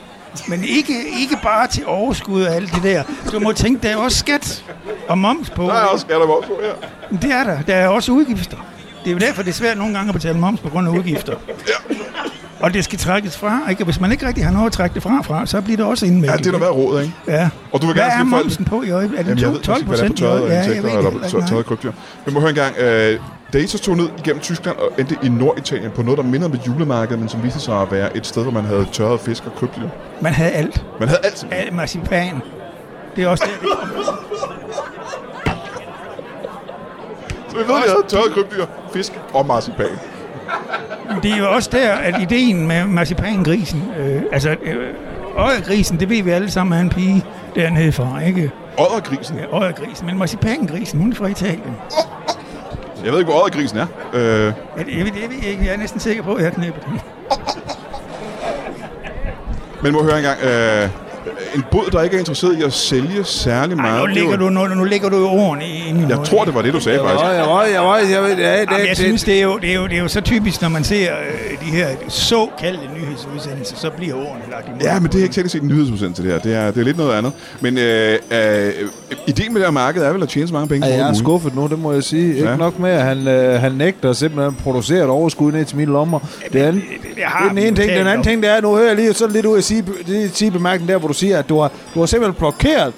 [SPEAKER 7] Men ikke, ikke bare til overskud og alt det der. Du må tænke, der er også skat og moms på.
[SPEAKER 1] Der er også skatter moms på, ja.
[SPEAKER 7] Men Det er der. Der er også udgifter. Det er jo derfor, det er svært nogle gange at betale moms på grund af udgifter. Og det skal trækkes fra, ikke? Og hvis man ikke rigtig har noget at trække det fra, fra så bliver det også indmeldt.
[SPEAKER 1] Ja, det er der været råd, ikke?
[SPEAKER 7] Ja.
[SPEAKER 1] Og du vil
[SPEAKER 7] Hvad
[SPEAKER 1] gerne
[SPEAKER 7] er
[SPEAKER 1] slippe folk-
[SPEAKER 7] momsen på i øjeblikket? Er det
[SPEAKER 1] Jamen, jeg ved
[SPEAKER 7] 12, 12
[SPEAKER 1] ikke, hvad det er på
[SPEAKER 7] procent? i
[SPEAKER 1] tøjet og
[SPEAKER 7] øjeblikket? Ja, jeg
[SPEAKER 1] insekter,
[SPEAKER 7] ved
[SPEAKER 1] eller
[SPEAKER 7] det heller
[SPEAKER 1] tøjet og
[SPEAKER 7] ikke.
[SPEAKER 1] krybdyr. Men må høre engang, øh, Data tog ned igennem Tyskland og endte i Norditalien på noget, der minder om et julemarked, men som viste sig at være et sted, hvor man havde tørret fisk og krybdyr.
[SPEAKER 7] nej. Man havde alt.
[SPEAKER 1] Man havde alt simpelthen.
[SPEAKER 7] Alt marcipan. Det er også det. det kommer.
[SPEAKER 1] Så vi ved, at vi havde tørret krybdyr, fisk og marcipan.
[SPEAKER 7] Det er jo også der, at ideen med marcipangrisen, øh, altså øh, øjergrisen, det ved vi alle sammen er en pige dernede fra, ikke?
[SPEAKER 1] Oddergrisen.
[SPEAKER 7] Øjergrisen, men marcipangrisen, hun er fra Italien.
[SPEAKER 1] Jeg ved ikke, hvor oddergrisen er. Øh,
[SPEAKER 7] Ja, det, jeg, ved, jeg ved ikke, jeg er næsten sikker på, at jeg knæpper den.
[SPEAKER 1] men må høre engang, øh, en bod, der ikke er interesseret i at sælge særlig meget.
[SPEAKER 7] Ej, nu,
[SPEAKER 1] det er jo-
[SPEAKER 7] ligger du, nu, nu ligger du jo ordene i inden i
[SPEAKER 1] Jeg
[SPEAKER 7] hovedet.
[SPEAKER 1] tror, det var det, du sagde, faktisk.
[SPEAKER 2] jeg røg, jeg røg, jeg ved, ja, det,
[SPEAKER 7] Jamen, jeg synes, det er, jo, det, er jo, det er jo så typisk, når man ser øh, de her såkaldte nyhedsudsendelser, så bliver ordene lagt i munden.
[SPEAKER 1] Ja, men det er ikke teknisk set en nyhedsudsendelse, det her. Det er, det er lidt noget andet. Men øh, øh, ideen med det her marked er vel at tjene så mange penge som
[SPEAKER 2] Ja, jeg er
[SPEAKER 1] overhovedet
[SPEAKER 2] skuffet nu, det må jeg sige. Ikke
[SPEAKER 1] Ja.
[SPEAKER 2] nok med, at han, øh, han nægter simpelthen at producere et overskud ned til mine lommer. Det andet, det,
[SPEAKER 7] jeg har
[SPEAKER 2] er den ene
[SPEAKER 7] dem
[SPEAKER 2] ting. Den
[SPEAKER 7] talt
[SPEAKER 2] anden
[SPEAKER 7] om.
[SPEAKER 2] ting, det er, nu hører jeg lige sådan lidt ud af sige, det sige bemærkningen der, hvor du siger, at du har, du har simpelthen blokeret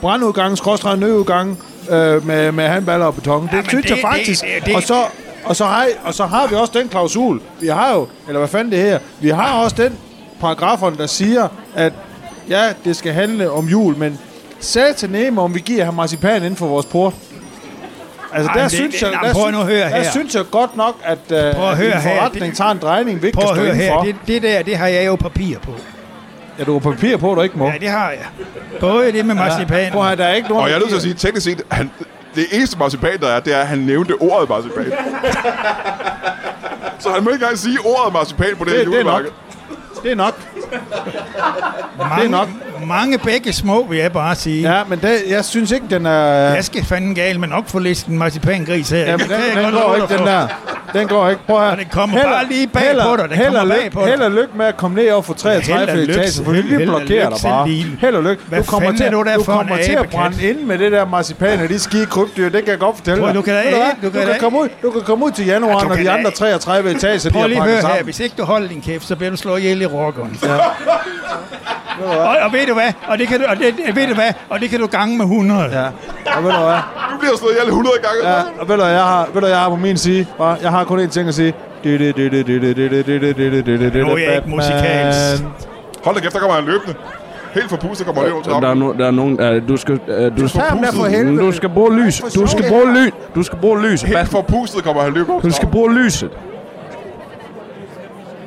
[SPEAKER 2] brandudgangen, skråstrej nødudgangen øh, med, med handballer og beton. Det
[SPEAKER 7] men
[SPEAKER 2] synes jeg
[SPEAKER 7] det-
[SPEAKER 2] faktisk.
[SPEAKER 7] det- det- det-
[SPEAKER 2] Og så og så, har, og så har vi også den klausul. Vi har jo, eller hvad fanden det her, vi har også den paragraferne, der siger, at ja, det skal handle om jul, men sagde til Nemo, om vi giver ham marcipan inden for vores port. Altså,
[SPEAKER 7] Ej,
[SPEAKER 2] der,
[SPEAKER 7] men det-
[SPEAKER 2] synes
[SPEAKER 7] det-
[SPEAKER 2] jeg,
[SPEAKER 7] nej,
[SPEAKER 2] der,
[SPEAKER 7] prøv
[SPEAKER 2] synes,
[SPEAKER 7] nu at høre
[SPEAKER 2] der
[SPEAKER 7] her.
[SPEAKER 2] synes jeg godt nok, at, uh, at
[SPEAKER 7] Prøv at høre
[SPEAKER 2] din
[SPEAKER 7] her,
[SPEAKER 2] forretning
[SPEAKER 7] det-
[SPEAKER 2] tager en drejning, vi ikke
[SPEAKER 7] Prøv
[SPEAKER 2] kan
[SPEAKER 7] at
[SPEAKER 2] stå
[SPEAKER 7] høre her,
[SPEAKER 2] indenfor.
[SPEAKER 7] det, det der, det har jeg jo papir på.
[SPEAKER 2] Ja, du har papir på, du ikke må.
[SPEAKER 7] Ja, det har jeg. Både det med marcipan.
[SPEAKER 2] Prøv at høre, der er ikke nogen...
[SPEAKER 1] Og jeg er nødt til at
[SPEAKER 2] papir.
[SPEAKER 1] sige, teknisk set, han, det eneste marcipan, der er, det er, at han nævnte ordet marcipan. så han må ikke engang sige ordet marcipan på det, her
[SPEAKER 2] Det, det er nok.
[SPEAKER 1] julemarked.
[SPEAKER 2] Det er nok.
[SPEAKER 7] mange,
[SPEAKER 2] det er nok.
[SPEAKER 7] Mange begge små, vil jeg bare sige. Ja.
[SPEAKER 2] Ja, men det, jeg synes ikke, den er...
[SPEAKER 7] Jeg skal fanden gal, men op for listen marcipangris her.
[SPEAKER 2] Jamen,
[SPEAKER 7] Det kan jeg
[SPEAKER 2] den, den
[SPEAKER 7] godt
[SPEAKER 2] går
[SPEAKER 7] love
[SPEAKER 2] ikke,
[SPEAKER 7] dig
[SPEAKER 2] den
[SPEAKER 7] for.
[SPEAKER 2] der. Den går ikke. Prøv her.
[SPEAKER 7] Og den kommer bare lige bag på dig. Den kommer bag på dig.
[SPEAKER 2] Held og lykke med at komme ned over for 33.
[SPEAKER 7] Held og lykke,
[SPEAKER 2] etage, for vi
[SPEAKER 7] held-
[SPEAKER 2] vi
[SPEAKER 7] held og
[SPEAKER 2] blokerer
[SPEAKER 7] lykke,
[SPEAKER 2] dig bare.
[SPEAKER 7] Sandil.
[SPEAKER 2] Held og lykke.
[SPEAKER 7] Hvad
[SPEAKER 2] du kommer
[SPEAKER 7] fanden
[SPEAKER 2] til,
[SPEAKER 7] er du der
[SPEAKER 2] du
[SPEAKER 7] for en
[SPEAKER 2] kommer til at
[SPEAKER 7] abekat?
[SPEAKER 2] brænde ind med det der marcipan og de skide krybdyr. Det kan jeg godt fortælle
[SPEAKER 7] Prøv,
[SPEAKER 2] dig.
[SPEAKER 7] du kan da
[SPEAKER 2] Ved
[SPEAKER 7] ikke-
[SPEAKER 2] hvad?
[SPEAKER 7] du kan
[SPEAKER 2] du
[SPEAKER 7] da
[SPEAKER 2] kan komme ud, du kan komme ud til januar,
[SPEAKER 7] du
[SPEAKER 2] når
[SPEAKER 7] kan
[SPEAKER 2] de
[SPEAKER 7] da
[SPEAKER 2] andre
[SPEAKER 7] ikke.
[SPEAKER 2] 33 etager, de
[SPEAKER 7] Prøv
[SPEAKER 2] har
[SPEAKER 7] lige at
[SPEAKER 2] pakket
[SPEAKER 7] høre her.
[SPEAKER 2] sammen.
[SPEAKER 7] Hvis ikke du holder din kæft, så bliver du slået ihjel i rockeren. Ja. og, og, ved du hvad? Og det kan du, og det, ved du hvad? Og det kan du gange med 100. Ja.
[SPEAKER 2] Ja, og ved du hvad?
[SPEAKER 1] Du bliver slået ihjel 100 gange.
[SPEAKER 2] Ja, og ved du, hvad jeg har, ved du, hvad jeg har på min side? Hva? Jeg har kun én ting at sige.
[SPEAKER 8] Nu
[SPEAKER 6] Nu er jeg ikke musikalsk.
[SPEAKER 1] Hold da kæft, der kommer han løbende. Helt forpustet der kommer han over til
[SPEAKER 5] Der er, no, der er nogen... Uh, du skal... Uh, du,
[SPEAKER 8] Tag ham der for helvede.
[SPEAKER 5] du skal bruge lys. Du skal bruge lys. Du skal bruge lys.
[SPEAKER 1] Helt forpustet kommer han løbende over
[SPEAKER 5] Du
[SPEAKER 1] til
[SPEAKER 5] skal bruge lyset.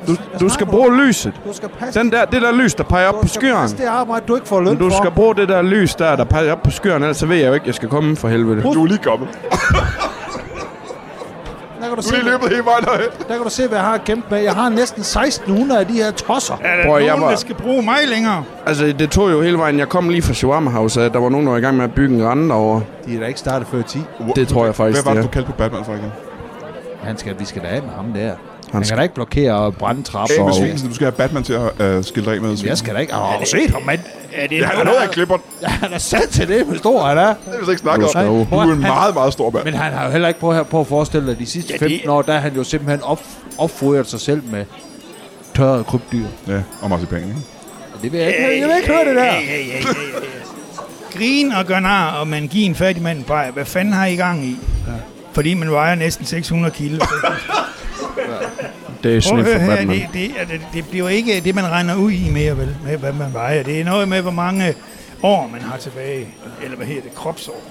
[SPEAKER 5] Du, du skal bruge lyset.
[SPEAKER 8] Du skal passe
[SPEAKER 5] Den der, det der lys, der peger op på skyeren.
[SPEAKER 8] det arbejde, du ikke får løn
[SPEAKER 5] Du
[SPEAKER 8] for.
[SPEAKER 5] skal bruge det der lys der, der peger op på skyeren, ellers så ved jeg jo ikke, jeg skal komme for helvede.
[SPEAKER 1] Du er lige kommet.
[SPEAKER 8] Der kan du,
[SPEAKER 1] Du
[SPEAKER 8] se,
[SPEAKER 1] er lige løbet hele vejen derhen.
[SPEAKER 8] der kan du se, hvad jeg har gemt med. Jeg har næsten 1600 af de her tosser.
[SPEAKER 7] Er der
[SPEAKER 5] Prøv, jeg
[SPEAKER 7] nogen,
[SPEAKER 5] var-
[SPEAKER 7] der skal bruge mig længere?
[SPEAKER 5] Altså, det tog jo hele vejen. Jeg kom lige fra Shawarma House, at der var nogen, der var i gang med at bygge en rende over.
[SPEAKER 8] De er da ikke startet før 10.
[SPEAKER 5] Det tror jeg faktisk,
[SPEAKER 1] Hvad var det,
[SPEAKER 5] det
[SPEAKER 1] du kaldte på Batman for igen?
[SPEAKER 8] Han skal, vi skal da af med ham der. Han
[SPEAKER 5] skal-
[SPEAKER 8] kan da ikke blokere og brænde trapper.
[SPEAKER 1] Af med
[SPEAKER 8] og-
[SPEAKER 1] svinsen. Du skal have Batman til at øh, skille dig af med
[SPEAKER 8] Jeg
[SPEAKER 1] svinsen.
[SPEAKER 8] skal da ikke. Åh, har du set ham, mand?
[SPEAKER 6] Er det
[SPEAKER 1] Ja, han er noget af en klipper.
[SPEAKER 8] Han er sat til det, hvor stor han er.
[SPEAKER 1] Det vil jeg ikke snakke om.
[SPEAKER 8] Nej,
[SPEAKER 1] Du
[SPEAKER 8] prøv at-
[SPEAKER 1] er en meget, meget stor mand.
[SPEAKER 8] Men han har jo heller ikke på her på at forestille dig, at de sidste
[SPEAKER 6] Ja,
[SPEAKER 8] ja,
[SPEAKER 6] det-
[SPEAKER 8] 15 år, der er han jo simpelthen op, opfodret sig selv med tørrede krybdyr.
[SPEAKER 1] Ja, og marcipan, ikke?
[SPEAKER 8] Det vil jeg ikke, jeg vil ikke høre det der.
[SPEAKER 7] Grin og gør nar, og man giver en fattig mand en bajer. Hvad fanden har I gang i? Fordi man vejer næsten 600 kilo.
[SPEAKER 5] Det er
[SPEAKER 7] Prøv
[SPEAKER 5] snit
[SPEAKER 7] at høre
[SPEAKER 5] for
[SPEAKER 7] her,
[SPEAKER 5] Batman.
[SPEAKER 7] det, det, er- det, det bliver ikke det, man regner ud i mere, vel, med hvad man vejer. Det er noget med, hvor mange år man har tilbage, eller hvad hedder det, kropsår.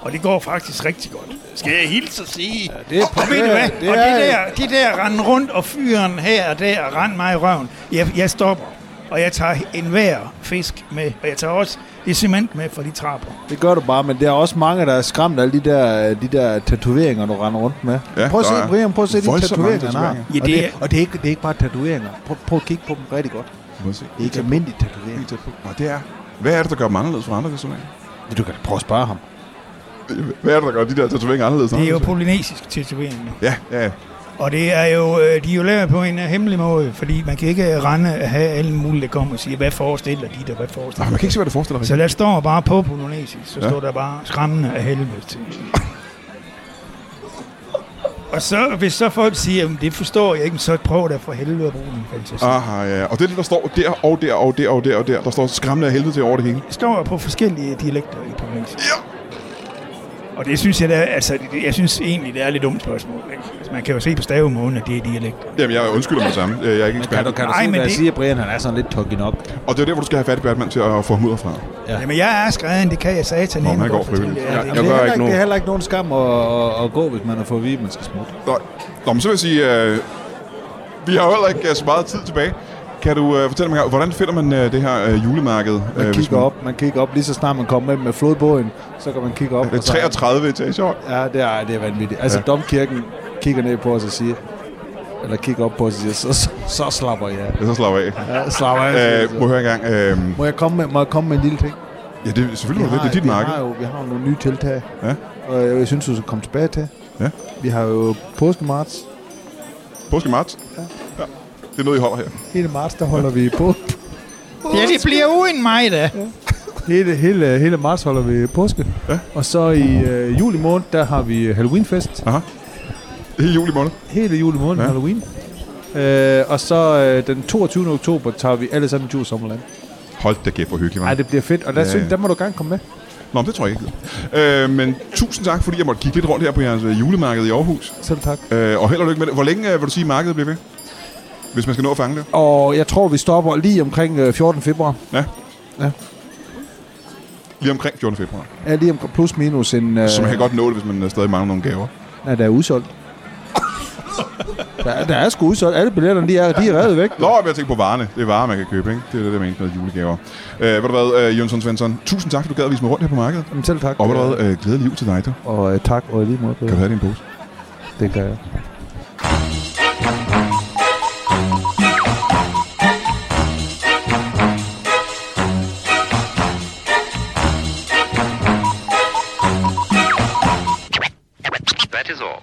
[SPEAKER 7] Og det går faktisk rigtig godt. Skal jeg hilse og sige?
[SPEAKER 8] Det er,
[SPEAKER 7] Og ved du hvad? Det og det der, de der rende rundt, og fyren her og der, og rende mig i røven. Jeg, jeg stopper, og jeg tager enhver fisk med, og jeg tager også det cement med for de trapper.
[SPEAKER 8] det gør du bare, men der er også mange, der er skræmt af alle de der, de der tatoveringer, du render rundt med.
[SPEAKER 1] Ja,
[SPEAKER 8] Ja, prøv at
[SPEAKER 1] der
[SPEAKER 8] se,
[SPEAKER 1] er
[SPEAKER 8] Brian, prøv at se de
[SPEAKER 1] voldsomt mange
[SPEAKER 8] tatoveringer, han har.
[SPEAKER 1] tatoveringer.
[SPEAKER 7] Ja,
[SPEAKER 8] og
[SPEAKER 7] det
[SPEAKER 8] det,
[SPEAKER 7] er-
[SPEAKER 8] og det, er ikke, det er ikke bare tatoveringer. Prøv, prøv at kigge på dem rigtig godt.
[SPEAKER 1] Må jeg se.
[SPEAKER 8] Det er ikke almindelige tatoveringer.
[SPEAKER 1] Nå, det er... Hvad er det, der gør dem anderledes fra andre tatoveringer?
[SPEAKER 8] Du kan da prøve at spørge ham.
[SPEAKER 1] Hvad er det, der gør de der tatoveringer anderledes? fra
[SPEAKER 7] Det er jo
[SPEAKER 1] andre
[SPEAKER 7] polynesisk tatovering.
[SPEAKER 1] tatoveringer? Ja, ja, ja.
[SPEAKER 7] Og det er jo, øh, de er jo lavet på en øh, hemmelig måde, fordi man kan ikke øh, rende og have alle mulige, der kommer og siger, hvad forestiller de der, hvad
[SPEAKER 1] Nå,
[SPEAKER 7] forestiller
[SPEAKER 1] man
[SPEAKER 7] de?
[SPEAKER 1] kan ikke se, hvad det forestiller
[SPEAKER 7] Så
[SPEAKER 1] rigtigt.
[SPEAKER 7] der står bare på polynesisk, så
[SPEAKER 1] Ja.
[SPEAKER 7] ja. står der bare skræmmende af helvede til. og så, hvis så folk siger, at det forstår jeg ikke, så prøv da for helvede at bruge din fantasi. Ah.
[SPEAKER 1] Aha, ja. Og det er det, der står der og der og der og der og der. Der står skræmmende af helvede til over det hele.
[SPEAKER 7] Det står på forskellige dialekter i polynesisk. Og det synes jeg da, altså, det- jeg synes egentlig, det er lidt dumt spørgsmål. Ikke? Altså, man kan jo se på stavemåden, at det er dialekter.
[SPEAKER 1] Jamen, jeg undskylder mig det samme. Øh, Jeg er ikke ekspert.
[SPEAKER 8] Kan du, kan du
[SPEAKER 7] Ej,
[SPEAKER 8] se,
[SPEAKER 7] men
[SPEAKER 8] hvad jeg
[SPEAKER 7] det-
[SPEAKER 8] siger, Brian? Han er sådan lidt tugging op.
[SPEAKER 1] Og det er der, hvor du skal have fat i Batman til at få ham ud af fra.
[SPEAKER 8] Ja.
[SPEAKER 7] Jamen, jeg er skræden, det kan jeg satan.
[SPEAKER 1] Nå, men
[SPEAKER 7] ikke
[SPEAKER 1] han
[SPEAKER 7] godt
[SPEAKER 1] går
[SPEAKER 7] fortælle
[SPEAKER 1] frivilligt.
[SPEAKER 7] jer.
[SPEAKER 1] Ja,
[SPEAKER 7] Det-
[SPEAKER 5] jeg
[SPEAKER 8] det,
[SPEAKER 5] gør
[SPEAKER 8] er heller
[SPEAKER 5] ikke
[SPEAKER 8] ikke,
[SPEAKER 5] noget.
[SPEAKER 8] det er heller ikke nogen skam at, at, at gå, hvis man har fået at vide, at man skal smutte.
[SPEAKER 1] Nå, Nå men så vil jeg sige, øh, vi har jo heller ikke øh, så meget tid tilbage. Kan du øh, fortælle mig, engang, hvordan finder man øh, det her øh, julemarked? øh,
[SPEAKER 8] Man
[SPEAKER 1] hvis
[SPEAKER 8] kigger op, man kigger op lige så snart man kommer med, med flodbåden, så kan man kigge op.
[SPEAKER 1] Det er
[SPEAKER 8] og så-
[SPEAKER 1] 33 etager højt.
[SPEAKER 8] Ja, det er, det er vanvittigt. Altså, ja. domkirken kigger ned på os og siger, eller kigger op på os og siger, så, så, så slapper jeg. af."
[SPEAKER 1] Ja, så slapper af.
[SPEAKER 8] Ja, slapper jeg.
[SPEAKER 1] Øh, må jeg høre engang. Øh,
[SPEAKER 8] må, jeg komme med, må jeg komme med en lille ting?
[SPEAKER 1] ja, det, er- selvfølgelig må du det. Det er dit
[SPEAKER 8] vi
[SPEAKER 1] marked.
[SPEAKER 8] Har jo, vi har jo nogle nye tiltag,
[SPEAKER 1] Ja.
[SPEAKER 8] og jeg synes, du skal komme tilbage til.
[SPEAKER 1] Ja.
[SPEAKER 8] Vi har jo påskemarts.
[SPEAKER 1] Påske i marts. Ja. Det er noget, I holder her.
[SPEAKER 8] Hele marts, der holder vi på.
[SPEAKER 7] Ja, det bliver uden mig, da.
[SPEAKER 8] Hele, hele, hele marts holder vi påske.
[SPEAKER 1] Ja.
[SPEAKER 8] Og så i øh, juli måned, der har vi Halloweenfest.
[SPEAKER 1] Hele juli måned.
[SPEAKER 8] hele juli måned,
[SPEAKER 1] Ja.
[SPEAKER 8] ja. Halloween. Øh, og så øh, den 22. oktober tager vi alle sammen tur i Sommerland.
[SPEAKER 1] Hold da kæft, hvor hyggeligt,
[SPEAKER 8] Nej,
[SPEAKER 1] var.
[SPEAKER 8] det bliver fedt, og der,
[SPEAKER 1] Ja,
[SPEAKER 8] ja,
[SPEAKER 1] ja.
[SPEAKER 8] der må du gerne komme med.
[SPEAKER 1] Nå, men det tror jeg ikke. Øh, men tusind tak, fordi jeg måtte kigge lidt rundt her på jeres øh, julemarked i Aarhus.
[SPEAKER 8] Selv tak.
[SPEAKER 1] Øh, og held og lykke med det. Hvor længe øh, vil du sige, markedet bliver ved? Hvis man skal nå at fange det.
[SPEAKER 8] Og jeg tror, vi stopper lige omkring øh, 14. februar.
[SPEAKER 1] Lige omkring 14. februar.
[SPEAKER 8] Ja, lige om plus minus en... Øh,
[SPEAKER 1] Så man kan godt nå det, hvis man øh, stadig mangler nogle gaver.
[SPEAKER 8] Nej, der er udsolgt. der, er- der er sgu udsolgt. Alle billetterne, de er, de er reddet væk.
[SPEAKER 1] Nå, men jeg tænker på varerne. Det er varer, man kan købe, ikke? Det er det, der mente med julegaver. Øh, ved du hvad, øh, Jønsson Svensson, tusind tak, fordi du gad at vise mig rundt her på markedet.
[SPEAKER 8] Jamen, selv tak.
[SPEAKER 1] Og ved du hvad, øh, glædelig jul til dig, du.
[SPEAKER 8] og øh, tak, og i lige måde.
[SPEAKER 1] Kan du
[SPEAKER 8] Peter.
[SPEAKER 1] have din pose?
[SPEAKER 8] Det kan jeg.
[SPEAKER 9] That is all.